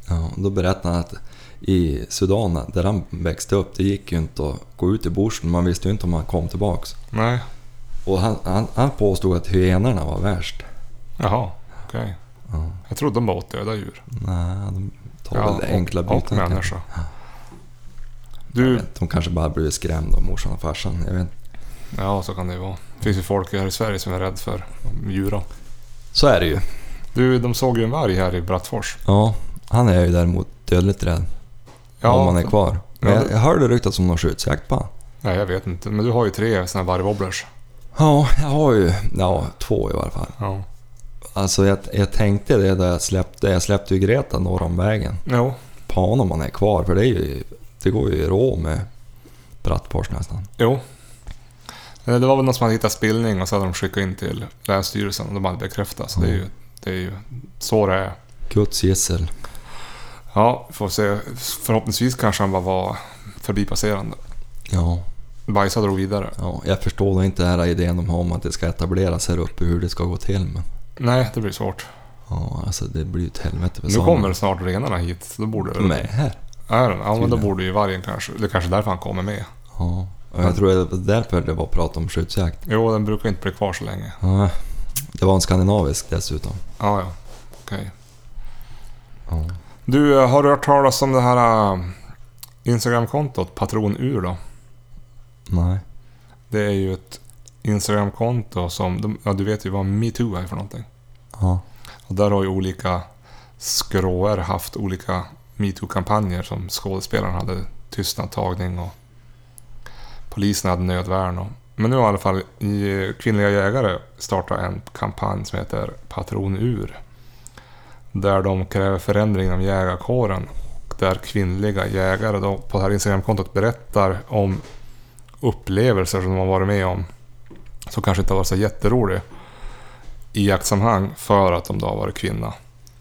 B: Ja, och då berättade han att i Sudan, där han växte upp, det gick ju inte att gå ut i bushen. Man visste ju inte om han kom tillbaks.
A: Nej.
B: Och han, han, han påstod att hyenorna var värst.
A: Jaha. Okej.
B: Ja.
A: Jag trodde de bara åt döda djur.
B: Nej, de tar väl
A: och-
B: enkla bitar.
A: Och människa.
B: Ja. Jag
A: Du,
B: vet, de kanske bara blivit skrämda av morsan och farsan. Jag vet. inte.
A: ja så kan det ju vara. Det finns ju folk här i Sverige som är rädda för djuren.
B: Så är det ju.
A: Du, de såg ju en varg här i Brattfors.
B: Ja, han är ju däremot dödligt rädd. om han är kvar. Men
A: Ja,
B: jag,
A: det-
B: jag hörde ryktas om någon skyddsjakt på han.
A: Nej, jag vet inte. Men du har ju tre såna här vargwobblers.
B: Ja, jag har ju ja, två i varje fall.
A: Ja.
B: Alltså jag, jag tänkte det där jag släppte. Jag släppte ju Greta norr om vägen.
A: Jo.
B: Pan om han är kvar, för det, är ju, det går ju i rå med Brattfors nästan.
A: Jo. Eh, Det var väl någon som hade hittat spillning och så hade de skickat in till Länsstyrelsen och de hade bekräftat. Så det är ju, det är ju så det är.
B: Guds gissel.
A: Ja, får se. Förhoppningsvis kanske han bara var förbipasserande.
B: Ja,
A: Bajsade och drog vidare.
B: ja, jag förstår då inte den här idén de har om att det ska etableras här uppe, hur det ska gå till. Men
A: Nej, det blir svårt.
B: ja, alltså det blir ju ett helvete för
A: Nu
B: samerna.
A: kommer snart renarna hit. så Då borde det...
B: med här.
A: Är den? Ja, men då
B: Tydligen.
A: borde ju vargen kanske... Det är kanske därför han kommer med.
B: Ja, och jag tror det var därför det var prat om skyddsjakt.
A: Jo, den brukar inte bli kvar så länge.
B: Ja, det var en skandinavisk dessutom.
A: Ja, ja. Okej.
B: Ja.
A: Du, eh, har du hört talas om det här eh, Instagramkontot Patronur då?
B: Nej.
A: Det är ju ett Instagramkonto som... de- Ja, du vet ju vad metoo är för någonting.
B: Ja.
A: Och där har ju olika skråer haft olika metoo-kampanjer som skådespelarna hade tystnadtagning och polisen hade nödvärn. Och, men nu har i alla fall i eh, Kvinnliga Jägare startat en kampanj som heter Patron Ur. Där de kräver förändring inom jägarkåren och där kvinnliga jägare då på det här Instagramkontot berättar om upplevelser som de har varit med om som kanske inte har varit så jätteroliga i jaktsammanhang för att de då har varit kvinna.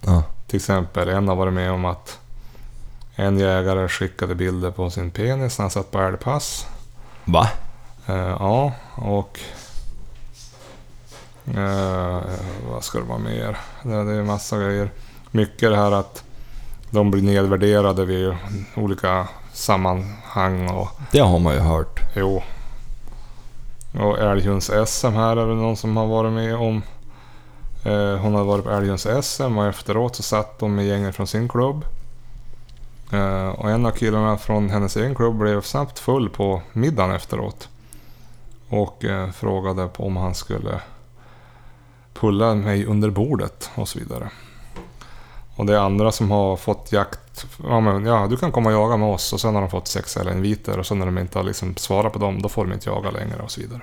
B: Ja.
A: Till exempel, en har varit med om att en jägare skickade bilder på sin penis när han satt på älgpass.
B: Va?
A: Eh, ja, och... eh, vad ska det vara mer? Det, det är massa grejer. Mycket det här att de blir nedvärderade vid olika sammanhang och
B: Det har man ju hört.
A: Jo. Och älghunds-SM här är det någon som har varit med om. Eh, hon hade varit på älghunds-SM och efteråt så satt de med gänget från sin klubb. Eh, och en av killarna från hennes egen klubb blev snabbt full på middagen efteråt. Och eh, frågade på om han skulle pulla mig under bordet och så vidare. Och det är andra som har fått jakt... Ja, men, ja, du kan komma och jaga med oss. Och sen har de fått sex eller inviter och sen när de inte har liksom svarat på dem, då får de inte jaga längre och så vidare.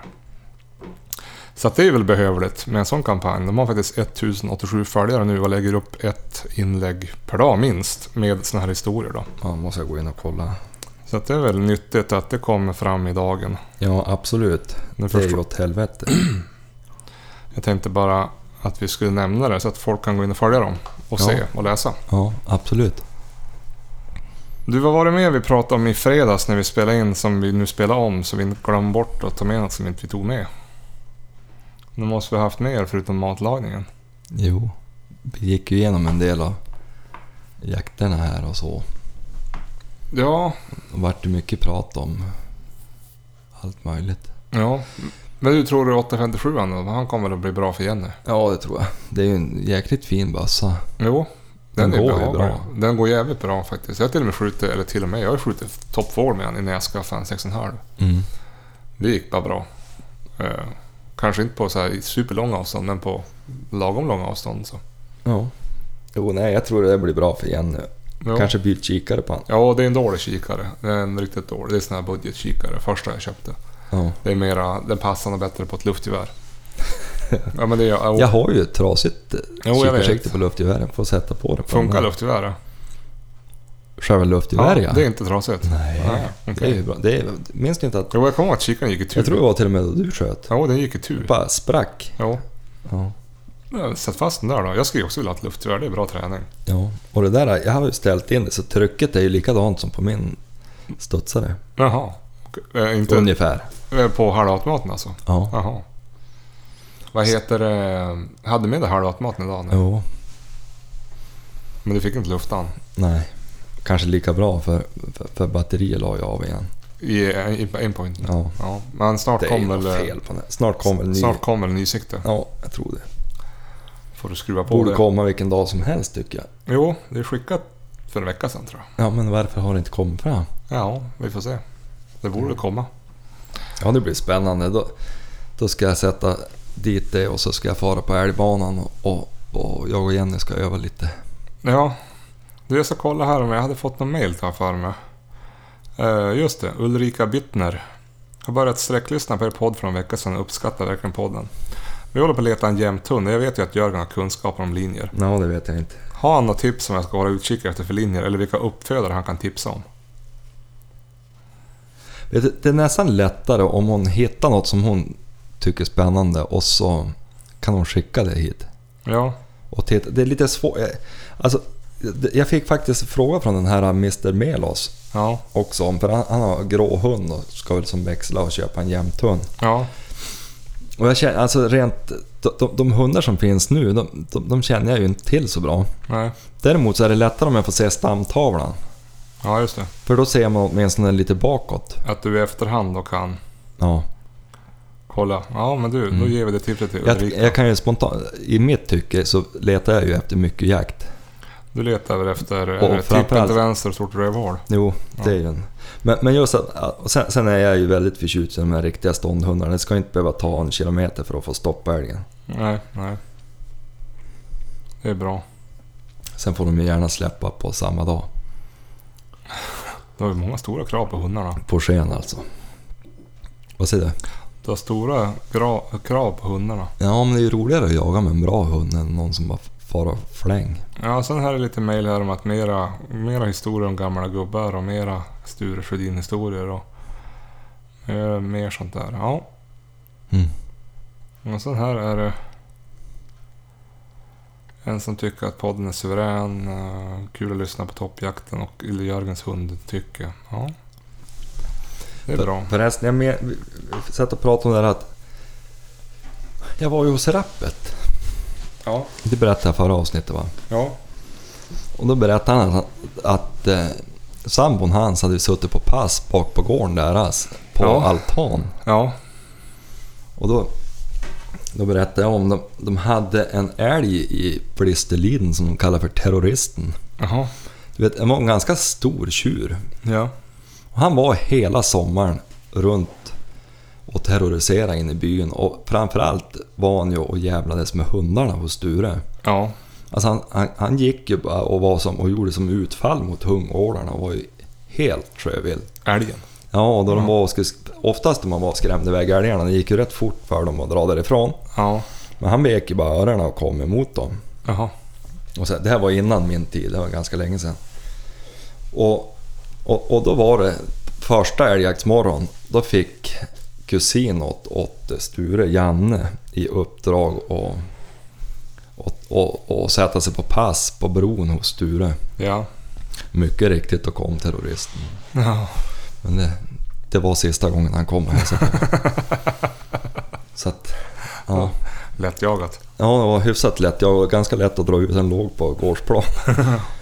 A: Så att det är väl behövligt med en sån kampanj. De har faktiskt 1087 följare nu och lägger upp ett inlägg per dag minst med såna här historier då.
B: Ja, måste jag gå in och kolla.
A: Så att det är väl nyttigt att det kommer fram i dagen.
B: Ja, absolut.
A: Den
B: Det är ju
A: första,
B: åt helvete.
A: jag tänkte bara att vi skulle nämna det så att folk kan gå in och följa dem och
B: Ja.
A: se och läsa.
B: Ja, absolut.
A: Du, vad var det mer vi pratade om i fredags när vi spelade in som vi nu spelar om så vi inte glömmer bort att ta med något som inte vi tog med? Nu måste vi ha haft mer förutom matlagningen.
B: Jo, vi gick ju igenom en del av jakterna här och så.
A: Ja,
B: Det vart ju mycket prat om allt möjligt.
A: ja. Men hur tror du 857 han då? Han kommer att bli bra för Jenny.
B: Ja, det tror jag. Det är ju en jäkligt fin bössa.
A: Jo, den,
B: Den
A: är
B: går ju
A: går bra.
B: bra.
A: Den går jävligt bra faktiskt. Jag har till och med skjutit, eller till och med, jag har skjutit toppfågel med den innan jag skaffade en 6,5.
B: Mm.
A: Det gick bara bra. Eh, kanske inte på så här superlånga avstånd, men på lagom långa avstånd. Så.
B: Ja. Jo, nej, jag tror det blir bra för Jenny.
A: Jo.
B: Kanske byt kikare på honom.
A: Ja, det är en dålig kikare. Det är en riktigt dålig. Det är sån här budgetkikare, första jag köpte.
B: Ja.
A: Det är mera, den passar nog bättre på ett
B: *laughs*
A: luftgevär. ja, men det är, ja,
B: Jag har ju ett trasigt eh,
A: Jo, jag vet.
B: kikarsikte på luftgevären. Får sätta på det. På den
A: Funkar
B: här.
A: luftgevär? ja?
B: Själva luftgeväret?
A: Ja, det är inte trasigt.
B: Nej,
A: Nej,
B: det är
A: okej.
B: ju bra. Det är, minns ni inte att...
A: Jo, jag kommer ihåg att kikaren gick i tur.
B: Jag tror det var till och med då du sköt.
A: Ja, den gick i
B: Det
A: tur.
B: bara sprack.
A: Jo.
B: Ja.
A: Ja, Sätt fast den där då. Jag skulle ju också vilja ha ett luftgevär. Det är bra träning.
B: ja. Och det där, jag har ju ställt in det så trycket är ju likadant som på min studsare.
A: Jaha. Okej, eh, inte
B: Ungefär.
A: eh, på halvautomaten alltså?
B: Ja.
A: Jaha. Vad heter det? Hade med dig halvautomaten idag? nu?
B: Jo,
A: Men du fick inte luftan?
B: nej. Kanske lika bra för, för, för batterier la jag av igen.
A: I, eh, i inpointen?
B: Ja.
A: Ja, men snart
B: Det är ju
A: kommer
B: något
A: väl
B: fel på den. här. Snart kommer en ny.
A: snart kommer en ny sikte.
B: Ja, jag tror det.
A: Får du skruva på
B: Borde
A: det.
B: komma vilken dag som helst tycker jag.
A: Jo, det är skickat för en vecka sedan tror jag.
B: Ja, men varför har det inte kommit fram?
A: Ja, vi får se. Det borde komma.
B: Ja, det blir spännande. Då, då ska jag sätta dit det och så ska jag fara på älgbanan och, och, och jag och Jenny ska öva lite.
A: Ja. Du, jag ska kolla här om jag hade fått någon mail tar jag för mig. Eh, just det, Ulrika Bittner. Har börjat sträcklyssna på er podd för en vecka sedan och uppskattar verkligen podden. Vi håller på att leta en jämthund och jag vet ju att Jörgen har kunskaper om linjer.
B: Ja, det vet jag inte.
A: Har han några tips som jag ska vara utkik efter för linjer eller vilka uppfödare han kan tipsa om?
B: Vet du, det är nästan lättare om hon hittar något som hon tycker är spännande och så kan hon skicka det hit.
A: Ja,
B: Och titta. Det är lite svårt. Alltså, det- jag fick faktiskt en fråga från den här Mr. Melos
A: ja,
B: också. om- För han, han har grå hund och ska väl som växla och köpa en jämthund.
A: ja.
B: Och jag känner, alltså rent, de, de, de hundar som finns nu, de, de, de känner jag ju inte till så bra.
A: Nej.
B: Däremot så är det lättare om jag får se stamtavlan.
A: Ja, just det.
B: För då ser man åtminstone lite bakåt.
A: Att du i efterhand då kan
B: Ja.
A: kolla. Ja, men du, då
B: Mm.
A: ger vi det tipset till
B: Jag,
A: Ulrika.
B: jag kan ju spontant, i mitt tycke så letar jag ju efter mycket jakt.
A: Du letar väl efter
B: Och
A: eh, tippen
B: framförallt-
A: till vänster och stort rövhål.
B: Jo, det
A: Ja.
B: är ju en. Men, men just att, att- och sen, sen är jag ju väldigt förtjust i de här riktiga ståndhundarna. Det ska inte behöva ta en kilometer för att få stoppa älgen.
A: Nej, nej. Det är bra.
B: Sen får de ju gärna släppa på samma dag.
A: Du har ju många stora krav på hundarna.
B: På sken alltså. Vad säger du?
A: Du har stora gra- krav på hundarna.
B: Ja, men det är ju roligare att jaga med en bra hund än någon som bara far och fläng.
A: Ja, sen här är lite mejl här om att mera, mera historier om gamla gubbar och mera Sture Sjödin-historier och eh, mer sånt där. Ja.
B: Mm.
A: Och sen här är det en som tycker att podden är suverän, eh, kul att lyssna på toppjakten och Ille Jörgens hund tycker. Ja. Det är bra.
B: För, förresten, jag med, vi- vi satt och pratade om det här att... Jag var ju hos Rappet.
A: Ja.
B: Det berättade jag förra avsnittet va?
A: Ja.
B: Och då berättade han att, att eh, sambon hans hade ju suttit på pass bak på gården deras. På
A: Ja.
B: altan.
A: Ja.
B: Och då, då berättade jag om de, de hade en älg i Blisterliden som de kallar för terroristen.
A: Jaha.
B: Du vet, det var en ganska stor tjur.
A: Ja.
B: Och han var hela sommaren runt och terroriserade in i byn. Och framförallt var han ju och jävlades med hundarna hos Sture.
A: Ja.
B: Alltså han, han, han gick ju bara och, var som, och gjorde som utfall mot hungårdarna och var ju helt sjövill.
A: Älgen.
B: Ja, och då de
A: Mm.
B: var och skulle, oftast när man var och skrämde iväg älgarna, det gick ju rätt fort för dem att dra därifrån.
A: Ja.
B: Men han vek ju bara öronen och kom emot dem.
A: Jaha.
B: Och så, det här var innan min tid, det var ganska länge sedan. Och, och, och då var det första älgjaktsmorgon, då fick kusin åt, åt Sture, Janne, i uppdrag att och, och, och sätta sig på pass på bron hos Sture.
A: Ja.
B: Mycket riktigt, då kom terroristen.
A: Ja.
B: Men det, det var sista gången han kom här. Så, så att, ja.
A: Lättjagat.
B: ja, det var hyfsat lätt. Jag var ganska lätt att dra ut. Den låg på gårdsplan.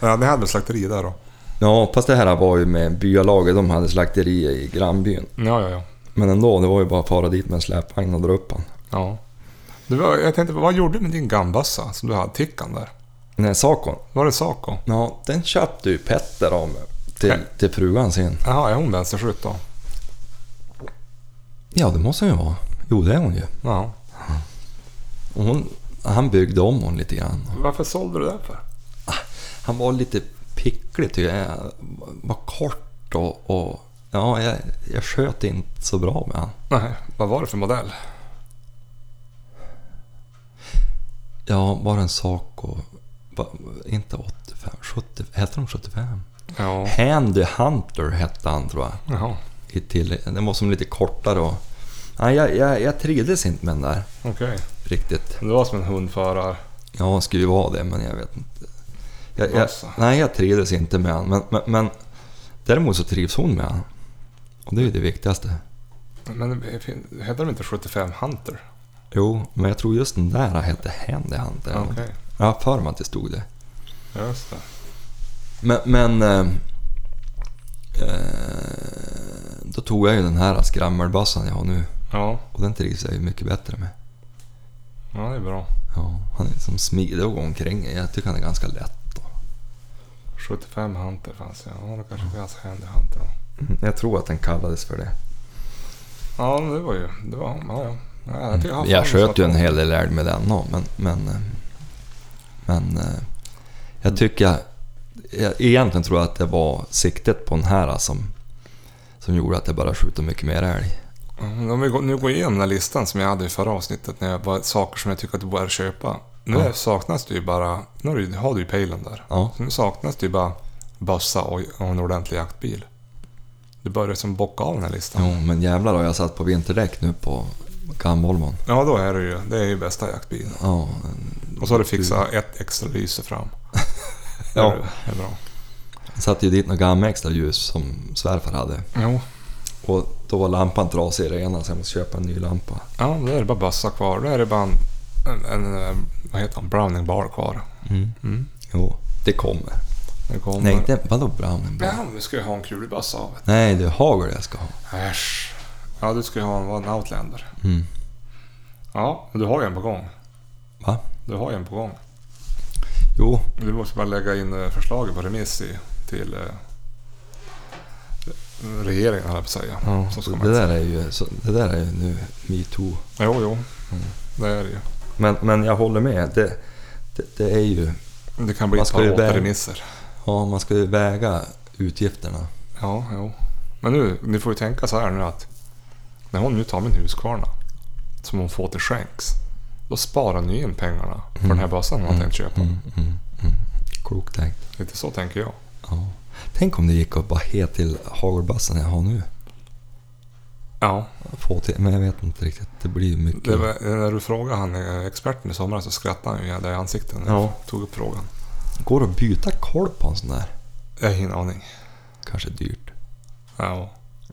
A: Ja, ni hade slakteri där då?
B: Ja, fast det här var ju med byalaget. De hade slakterier i grannbyn.
A: Ja, ja, ja.
B: Men ändå, det var ju bara att fara dit med en släpvagn och dra upp han.
A: ja. Du, var- jag tänkte, vad gjorde du med din gambassa som du hade? Tickan där?
B: Den här Sakon,
A: Var det Saco?
B: ja, den köpte ju Petter av mig till, till frugan sin.
A: Jaha, är hon vänsterskytt då?
B: Ja, det måste hon ju vara. Jo, det är hon ju.
A: Ja.
B: Och hon, han byggde om hon lite grann.
A: Varför sålde du den för?
B: Han var lite picklig tycker jag. Han Var kort och... och ja, jag, jag sköt inte så bra med han.
A: Nej, vad var det för modell?
B: Ja, bara en sak och... va- Inte 85, 70, hette de 75?
A: Ja.
B: Handy Hunter hette han tror jag.
A: Jaha,
B: I till, den var som lite kortare och... Nej, jag, jag, jag trivdes inte med den där
A: okej.
B: riktigt.
A: Det var som en hundförare.
B: Ja, han skulle ju vara det men jag vet inte. Jag, jag,
A: Alltså.
B: nej, jag trivdes inte med han. Men, men, men däremot så trivs hon med han. Och det är ju det viktigaste.
A: Men heter de inte 75 Hunter?
B: Jo, men jag tror just den där hette Handy Hunter.
A: Okej,
B: Jag har för mig att det stod det.
A: just det.
B: Men... men eh, eh, då tog jag ju den här skrammelbassan jag har nu
A: Ja,
B: och den trivs jag ju mycket bättre med.
A: ja det är bra.
B: Ja, han är liksom smidig och går omkring. Jag tycker han är ganska lätt. och-
A: 75 Hunter fanns det. Ja, då kanske fanns Handy Hunter då.
B: Jag tror att den kallades för det.
A: Ja, men det var ju... Det var, ja, ja. ja jag, tycker- fan,
B: Jag sköt ju
A: att-
B: en hel del älg med den då, men... Men... eh, men eh, jag tycker... Jag, jag, egentligen tror jag att det var siktet på den här som, som gjorde att jag bara skjuter mycket mer älg.
A: Mm, Om vi går- nu går igenom den här listan som jag hade i förra avsnittet när jag var saker som jag tycker att du borde köpa. Nu
B: Ja.
A: saknas det ju bara... Nu har du, ju- har du ju pejlen där.
B: Ja.
A: Så nu saknas det ju bara bössa och, och en ordentlig jaktbil. Du börjar som bocka av den här listan.
B: Jo, men jävlar har jag satt på vinterdäck nu på Gamholmon.
A: Ja, då är det ju... Det är ju bästa jaktbilen.
B: Ja,
A: Och så har du fixat ett extra lyse fram.
B: Mm. *laughs* Ja.
A: Det är- Det är bra.
B: jag satte ju dit några gamla extra ljus som svärfar hade.
A: Jo.
B: Och då var lampan trasig i det ena så jag måste köpa en ny lampa.
A: Ja, då är det bara bössa kvar. Då är det bara en... en, en eh, vad heter han? Browning bar kvar. Mm.
B: Jo, det kommer.
A: Det kommer.
B: Nej, inte... Vadå Browning?
A: Ja, men vi ska ju ha en kulbössa av ett.
B: Nej, det är hagel jag ska ha.
A: Äsch. Ja, du ska ju ha en, vad, en outlander.
B: Mm.
A: Ja, men du har ju en på gång.
B: Va?
A: Du har ju en på gång.
B: Jo,
A: Du måste bara lägga in eh, förslaget på remiss i, till eh, regeringen, höll jag på att säga.
B: ja,
A: Så ska man
B: det,
A: inte
B: där är ju, så, det där är ju nu metoo.
A: Jo, jo.
B: Mm.
A: Det är det ju.
B: Men, men jag håller med. Det, det, det är ju...
A: Det kan bli
B: Man
A: ett
B: ska
A: par
B: ju väga-
A: återremisser.
B: Ja, man ska ju väga utgifterna.
A: Ja, jo. Men nu, ni får ju tänka så här nu att när hon nu tar min huskvarna som hon får till skänks, då sparar ni in pengarna för den här bössan hon har tänkt köpa.
B: Mm, mm, mm. Klokt tänkt.
A: Lite så tänker jag.
B: Ja. Tänk om det gick att bara he till hagelbassan jag har nu.
A: Ja,
B: Få till, men jag vet inte riktigt. Det blir ju mycket.
A: det var, när du frågade han eh, experten i somras så skrattade han ju dig i ansiktet när
B: Ja.
A: jag tog upp frågan.
B: Går det att byta kolv på en sån där?
A: Jag har ingen aning.
B: Kanske dyrt.
A: Ja,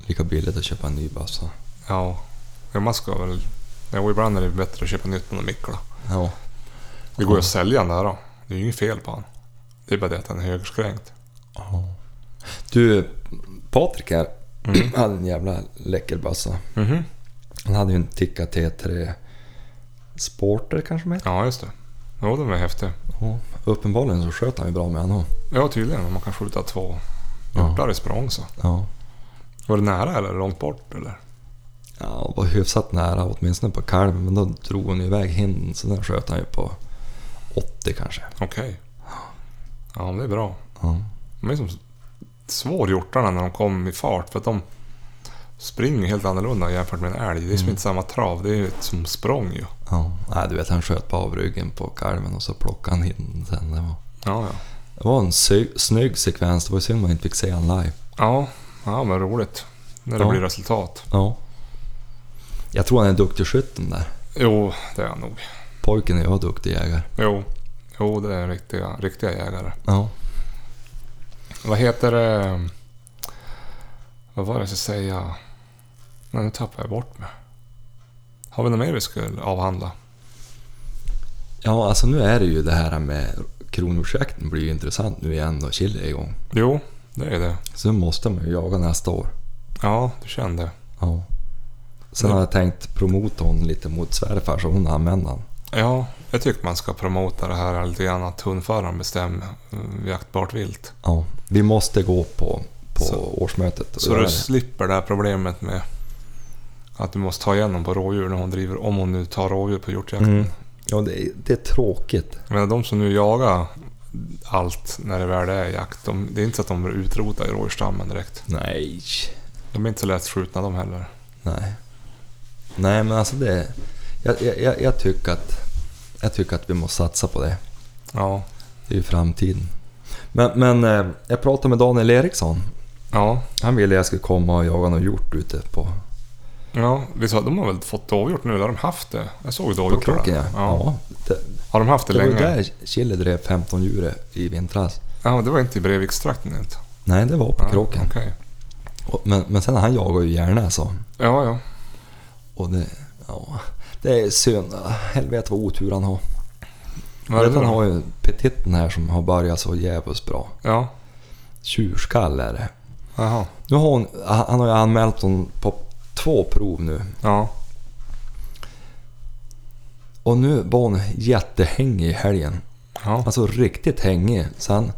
B: Lika billigt att köpa en ny bassa.
A: ja. ja man ska väl... Jo, ibland är det bättre att köpa nytt än att mikla.
B: Ja.
A: Det går ju att sälja den där då. Det är ju inget fel på han. Det är bara det att den är högerskränkt.
B: Ja. Du, Patrik här
A: Mm.
B: *clears throat* hade en jävla läcker bassa.
A: Mhm.
B: Han hade ju en Tikka T3 Sporter kanske med.
A: Ja, just det. Jo, den var häftig.
B: Ja. Uppenbarligen så sköt han ju bra med honom.
A: Ja, tydligen. Man kan skjuta två
B: Ja.
A: hjortar i språng så.
B: Ja.
A: Var det nära eller långt bort? Eller?
B: Ja, var hyfsat nära åtminstone på kalven. Men då drog hon ju iväg hinden så den sköt han ju på 80 kanske.
A: Okej. Ja, men det är bra.
B: Ja.
A: De är som svårhjortarna när de kommer i fart. För att de springer helt annorlunda jämfört med en älg. Det är som inte samma trav. Det är ju ett som språng ju.
B: Ja. Nej, du vet han sköt på avryggen på kalven och så plockade han hinden sen. Det var,
A: Ja, ja.
B: det var en sy- snygg sekvens. Det var ju synd man inte fick se han live.
A: Ja, ja men roligt. När det
B: Ja.
A: blir resultat.
B: Ja. Jag tror han är duktig skytt den där.
A: Jo, det är han nog.
B: Pojken är jag duktig jägare.
A: Jo, jo det är riktiga, riktiga jägare.
B: Ja.
A: Vad heter det? Vad var det jag skulle säga? Nej, nu tappar jag bort mig. Har vi något mer vi skulle avhandla?
B: Ja, alltså nu är det ju det här med kronhjortsjakten blir ju intressant nu igen och Chile är igång.
A: Jo, det är det.
B: Så nu måste man ju jaga nästa år.
A: Ja, du kände.
B: Ja. Sen har jag tänkt promota hon lite mot svärfar så hon använder han.
A: Ja, jag tycker man ska promota det här lite grann att hundföraren bestämmer eh, jaktbart vilt.
B: Ja. Vi måste gå på, på
A: Så-
B: årsmötet. och
A: Så
B: göra
A: du
B: det.
A: slipper det här problemet med att du måste ta igenom på rådjur när hon driver, om hon nu tar rådjur på hjortjakten.
B: Mm. Ja, det är, det är tråkigt.
A: Jag menar de som nu jagar allt när det väl är jakt, de, det är inte så att de utrotar rådjursstammen direkt.
B: Nej.
A: De är inte så lättskjutna de heller.
B: Nej. Nej, men alltså det... Jag, jag, jag, jag, tycker att, jag tycker att vi måste satsa på det.
A: Ja,
B: Det är ju framtiden. Men, men eh, jag pratade med Daniel Eriksson.
A: ja,
B: Han ville jag skulle komma och jaga något hjort ute på,
A: ja. Vi sa, de har väl fått dovhjort nu? Eller har de haft det? Jag såg
B: på
A: dovhjort.
B: kroken. Ja.
A: där.
B: Ja. Det,
A: Har de haft det,
B: det var ju
A: länge?
B: där Chile drev 15 djur i vintras.
A: Ja, det var inte i Breivikstrakten inte.
B: Nej, det var på
A: Ja,
B: kroken.
A: okej.
B: Och- Men, men sen han jagar ju gärna så.
A: Ja, ja.
B: Och det, ja, det är synd. Helvete vad otur han har.
A: Vad är det
B: han
A: då?
B: har ju petiten här som har börjat så djävulskt bra.
A: Ja,
B: Tjurskall är det.
A: jaha.
B: Nu har hon, han har ju anmält hon på två prov nu.
A: Ja,
B: Och nu var hon jättehängig i helgen.
A: ja.
B: Alltså riktigt hängig. Så han,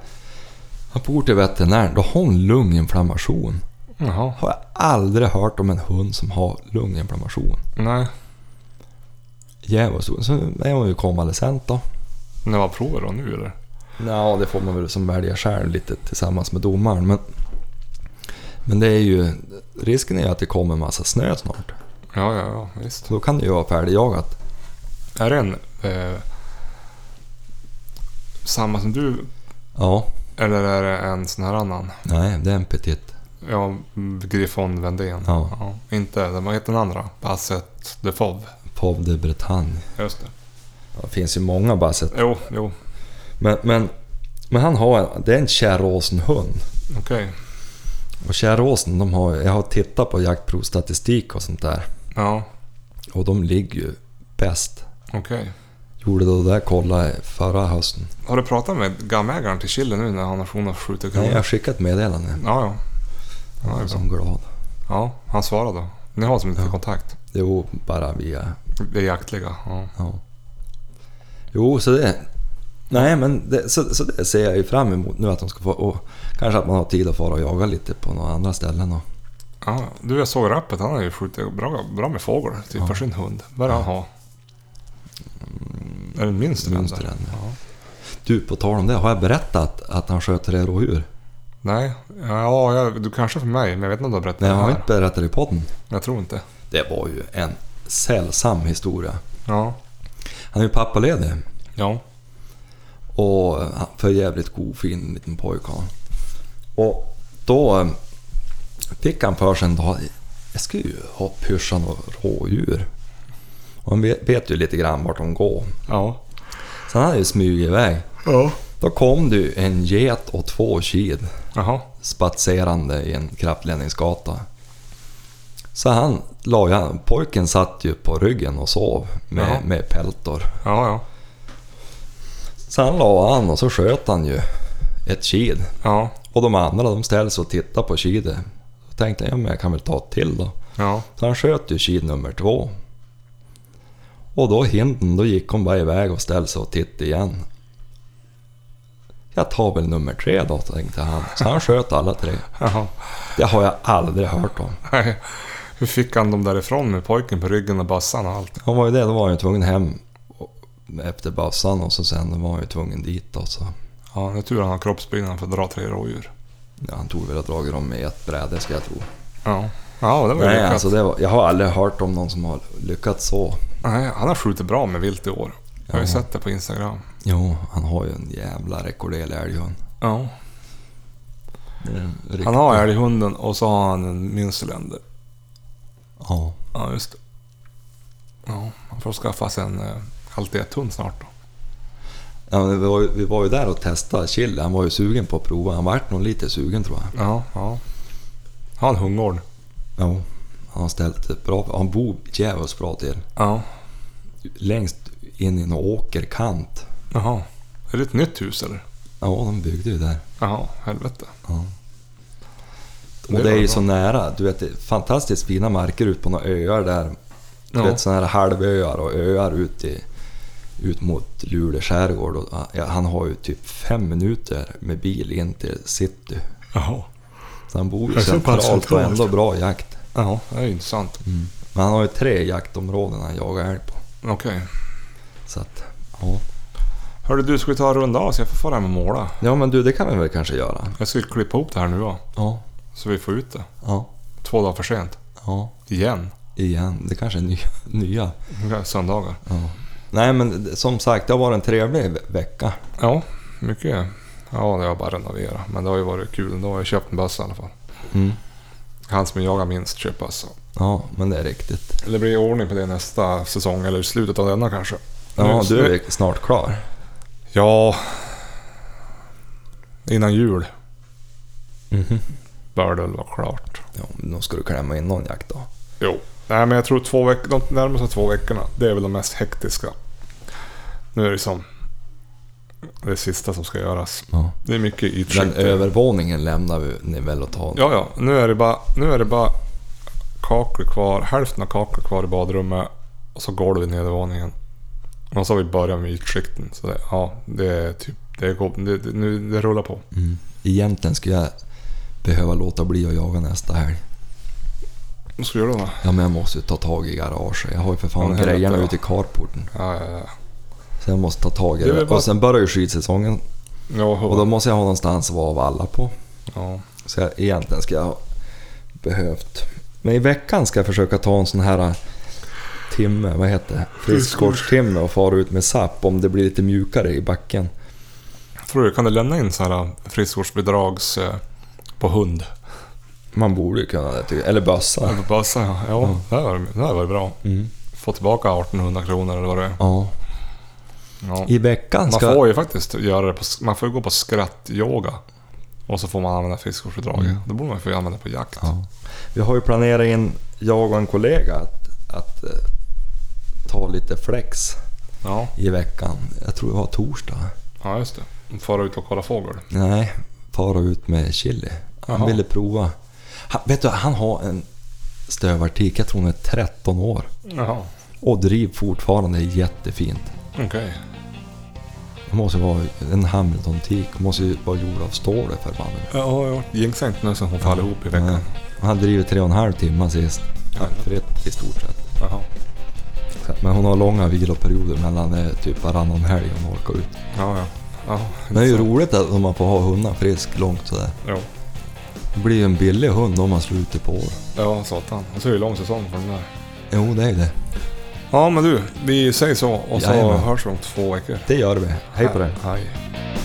B: han for till veterinären. Då har hon lunginflammation.
A: Jaha.
B: Har jag aldrig hört om en hund som har lunginflammation.
A: Nej.
B: Djävulskt. Så är hon ju konvalescent då.
A: När var provet då? Nu eller?
B: Ja, det får man väl som välja själv lite tillsammans med domaren. Men, men det är ju... Risken är ju att det kommer en massa snö snart.
A: Ja, ja, ja. Visst.
B: Då kan det ju vara färdigjagat.
A: Är det en... Eh, samma som du?
B: Ja,
A: Eller är det en sån här annan?
B: nej, det är en petit.
A: Ja, mm, Griffon Vendén.
B: Ja.
A: Inte, den- vad heter den andra? Basset de Fov.
B: Pov de Bretagne.
A: Just det.
B: Ja, Det finns ju många basset.
A: Jo, jo.
B: Men, men, men han har en, det är en kärråsenhund.
A: Okej.
B: Och kärråsen, de har, jag har tittat på jaktprovstatistik och sånt där.
A: Ja,
B: Och de ligger ju bäst.
A: okej.
B: Gjorde det där kolla förra hösten.
A: Har du pratat med gamägaren till Chile nu när han har hon har skjutit
B: Nej,
A: kronor?
B: jag har skickat ett meddelande.
A: Ja, ja. Ja,
B: Han
A: det
B: är
A: är
B: så
A: bra.
B: glad.
A: ja, han svarade då. Ni har som lite
B: Ja.
A: kontakt?
B: Jo, bara via...
A: Det jaktliga? Ja.
B: Ja. Jo, så det... Nej, men det, så, så det ser jag ju fram emot nu att de ska få... Och kanske att man har tid att fara och jaga lite på några andra ställen. Och,
A: ja. Du, jag såg Rappet. Han har ju skjutit bra, bra med fågel. Typ
B: Ja.
A: för sin hund. Vad är det han har? Är det en Münsterländer?
B: Münsterländer.
A: Ja.
B: du, på tal om det, har jag berättat att han sköt tre rådjur?
A: Nej. Ja, jag, du kanske för mig, men jag vet inte om du har berättat
B: Nej,
A: det
B: jag har
A: här.
B: inte berättat det i podden.
A: Jag tror inte.
B: Det var ju en sällsam historia.
A: Ja.
B: Han är ju pappaledig
A: Ja.
B: och han- för jävligt god, fin liten pojke har han. Och då eh, fick han för sig en dag, jag ska ju ha pyrsan och rådjur. Och han vet, vet ju lite grann vart de går.
A: Ja.
B: Så han hade ju smugit iväg.
A: Ja.
B: Då kom det ju en get och två kid
A: Jaha.
B: spatserande i en kraftledningsgata. Så han la ju, pojken satt ju på ryggen och sov
A: Jaha.
B: med, med peltor.
A: Ja, ja.
B: Så han la an och så sköt han ju ett kid.
A: Ja.
B: Och de andra de ställde sig och tittade på kidet. Då tänkte jag, ja men jag kan väl ta ett till då.
A: Ja.
B: Så han sköt ju kid nummer två. Och då hinden, då gick hon bara iväg och ställde sig och tittade igen. Jag tar väl nummer tre då, tänkte han. Så han sköt alla tre.
A: Jaha.
B: Det har jag aldrig hört om.
A: Nej. Hur fick han dem därifrån med pojken på ryggen och bassan och allt?
B: Han var ju det, då var han ju tvungen hem och- efter bassan och så sen var han ju tvungen dit då så.
A: Ja, det är tur han har kroppsbyggnad för att dra tre rådjur.
B: Ja, han tog väl och dragit dem i ett bräde ska jag tro.
A: Ja, ja det var ju
B: Nej,
A: lyckat.
B: alltså det var, jag har aldrig hört om någon som har lyckats så.
A: Nej, han har skjutit bra med vilt i år. Jag har ju
B: Ja.
A: sett det på Instagram.
B: Jo, han har ju en jävla rekorderlig älg han.
A: Ja.
B: Det är en riktig-
A: Han har älghunden och så har han en münsterländer.
B: Ja.
A: Ja, just det. Ja, han får skaffa sig en eh, hund snart då.
B: ja men vi, var ju, vi var ju där och testade chili. Han var ju sugen på att prova. Han vart nog lite sugen tror jag.
A: Ja, ja. Har han hundgård?
B: Jo, han har ställt ett bra... Han bor djävulskt bra till.
A: Ja.
B: Längst in i en åkerkant.
A: Jaha. Är det ett nytt hus eller?
B: Ja, de byggde ju där.
A: Jaha, helvete.
B: Ja.
A: Det
B: Och
A: är
B: det är ju
A: bra.
B: så nära. Du vet, det är fantastiskt fina marker ut på några öar där. Du
A: Ja.
B: vet sådana här halvöar och öar ut, i, ut mot Luleå skärgård. Och, ja, han har ju typ fem minuter med bil in till city.
A: Jaha.
B: Så han bor
A: Det
B: ju
A: är så pass
B: centralt och
A: centralt.
B: ändå bra jakt.
A: Ja, Mm. det är ju intressant.
B: Men han har ju tre jaktområden han jagar älg på.
A: Okej.
B: Så att, ja.
A: Hörru du, ska vi ta en runda av så jag får fara hem och måla?
B: ja men du, det kan vi väl kanske göra?
A: Jag ska ju klippa ihop det här nu då.
B: Ja,
A: Så vi får ut det.
B: ja,
A: Två dagar för sent.
B: ja.
A: Igen.
B: Igen, det kanske är nya. *laughs* nya.
A: Mm. Söndagar.
B: Ja. Nej men det- som sagt, det har varit en trevlig ve- vecka.
A: Ja, mycket. Ja, det har bara renoverat. Men det har ju varit kul ändå. Jag har köpt en bössa i alla fall.
B: Mm.
A: Han som jagar minst köper bössa.
B: Ja, men det är riktigt.
A: Det blir ordning på det nästa säsong eller i slutet av denna kanske.
B: Ja,
A: Nu-
B: du är ju snart klar.
A: Ja... Innan jul Mhm.
B: mm
A: bör det väl vara klart.
B: Ja, men då ska du klämma in någon jakt då.
A: Jo. Nej, men jag tror två veck- de närmaste två veckorna, det är väl de mest hektiska. Nu är det som det sista som ska göras.
B: Ja.
A: Det är mycket
B: Den
A: ytskytte.
B: övervåningen lämnar vi ni väl och tar.
A: Ja, ja. Nu är det bara, nu är det bara kakor kvar. Hälften av kakor kvar i badrummet. Och så golv i nedervåningen. Och så har vi börjat med ytskikten. Så det, ja, det är typ... Det, går, det, det, nu, det rullar på.
B: Mm. Egentligen skulle jag behöva låta bli att jaga nästa helg.
A: Vad ska du göra då?
B: Ja, men jag måste ju ta tag i garaget. Jag har ju för
A: Ja,
B: fan
A: helvete,
B: grejerna
A: ja.
B: ute i carporten.
A: Ja, ja, ja.
B: Så jag måste ta tag i
A: Det är väl
B: det.
A: bara-
B: Och sen börjar ju skidsäsongen.
A: Ja, hur-
B: Och då måste jag ha någonstans att vara av alla på.
A: ja.
B: Så jag, egentligen ska jag ha behövt... Men i veckan ska jag försöka ta en sån här äh, timme, vad heter det? Friskvårdstimme och fara ut med SAP om det blir lite mjukare i backen.
A: Tror du, kan du lämna in så här äh, friskvårdsbidrags... eh, På hund?
B: Man borde ju kunna det, tycker jag. eller bössa.
A: Eller på bössa, ja. Ja, det här var, det här var det bra.
B: Mm.
A: Få tillbaka 1800 kronor eller vad det är.
B: Ja.
A: Ja.
B: I veckan
A: Man
B: ska...
A: får ju faktiskt göra det på, man får ju gå på skrattyoga. Och så får man använda friskvårdsbidraget. Då borde man få använda på jakt.
B: Mm. Ja. Vi har ju planerat in, jag och en kollega, att, att eh, ta lite flex
A: Ja,
B: i veckan. Jag tror det var torsdag.
A: ja just det. Fara ut och kolla fågel.
B: Nej, fara ut med chili. Han
A: Jaha.
B: ville prova. Han, vet du, han har en stövartik, jag tror hon är 13 år.
A: Jaha,
B: Och driv fortfarande jättefint.
A: okej.
B: Det måste vara en Hamilton-tik, måste ju vara gjord av stål för fan.
A: Jag har ju varit jinxad nu sen hon faller ihop i veckan.
B: Nej. Han driver tre och en halv timme sist.
A: Ja.
B: Fritt i stort sett.
A: Jaha.
B: Så att- Men hon har långa viloperioder mellan det är typ varannan helg hon orkar ut.
A: Ja, ja. ja
B: Men det är ju
A: intressant.
B: roligt att om man får ha hunden frisk långt sådär.
A: Jo.
B: Det blir ju en billig hund om man slutar på år.
A: Ja, satan. Och så är det ju lång säsong för den där.
B: Jo, det är det.
A: Ja, men du. Vi säger så och så
B: Jajamän.
A: hörs vi om två veckor.
B: Det gör vi. Hej på dig.
A: Hej.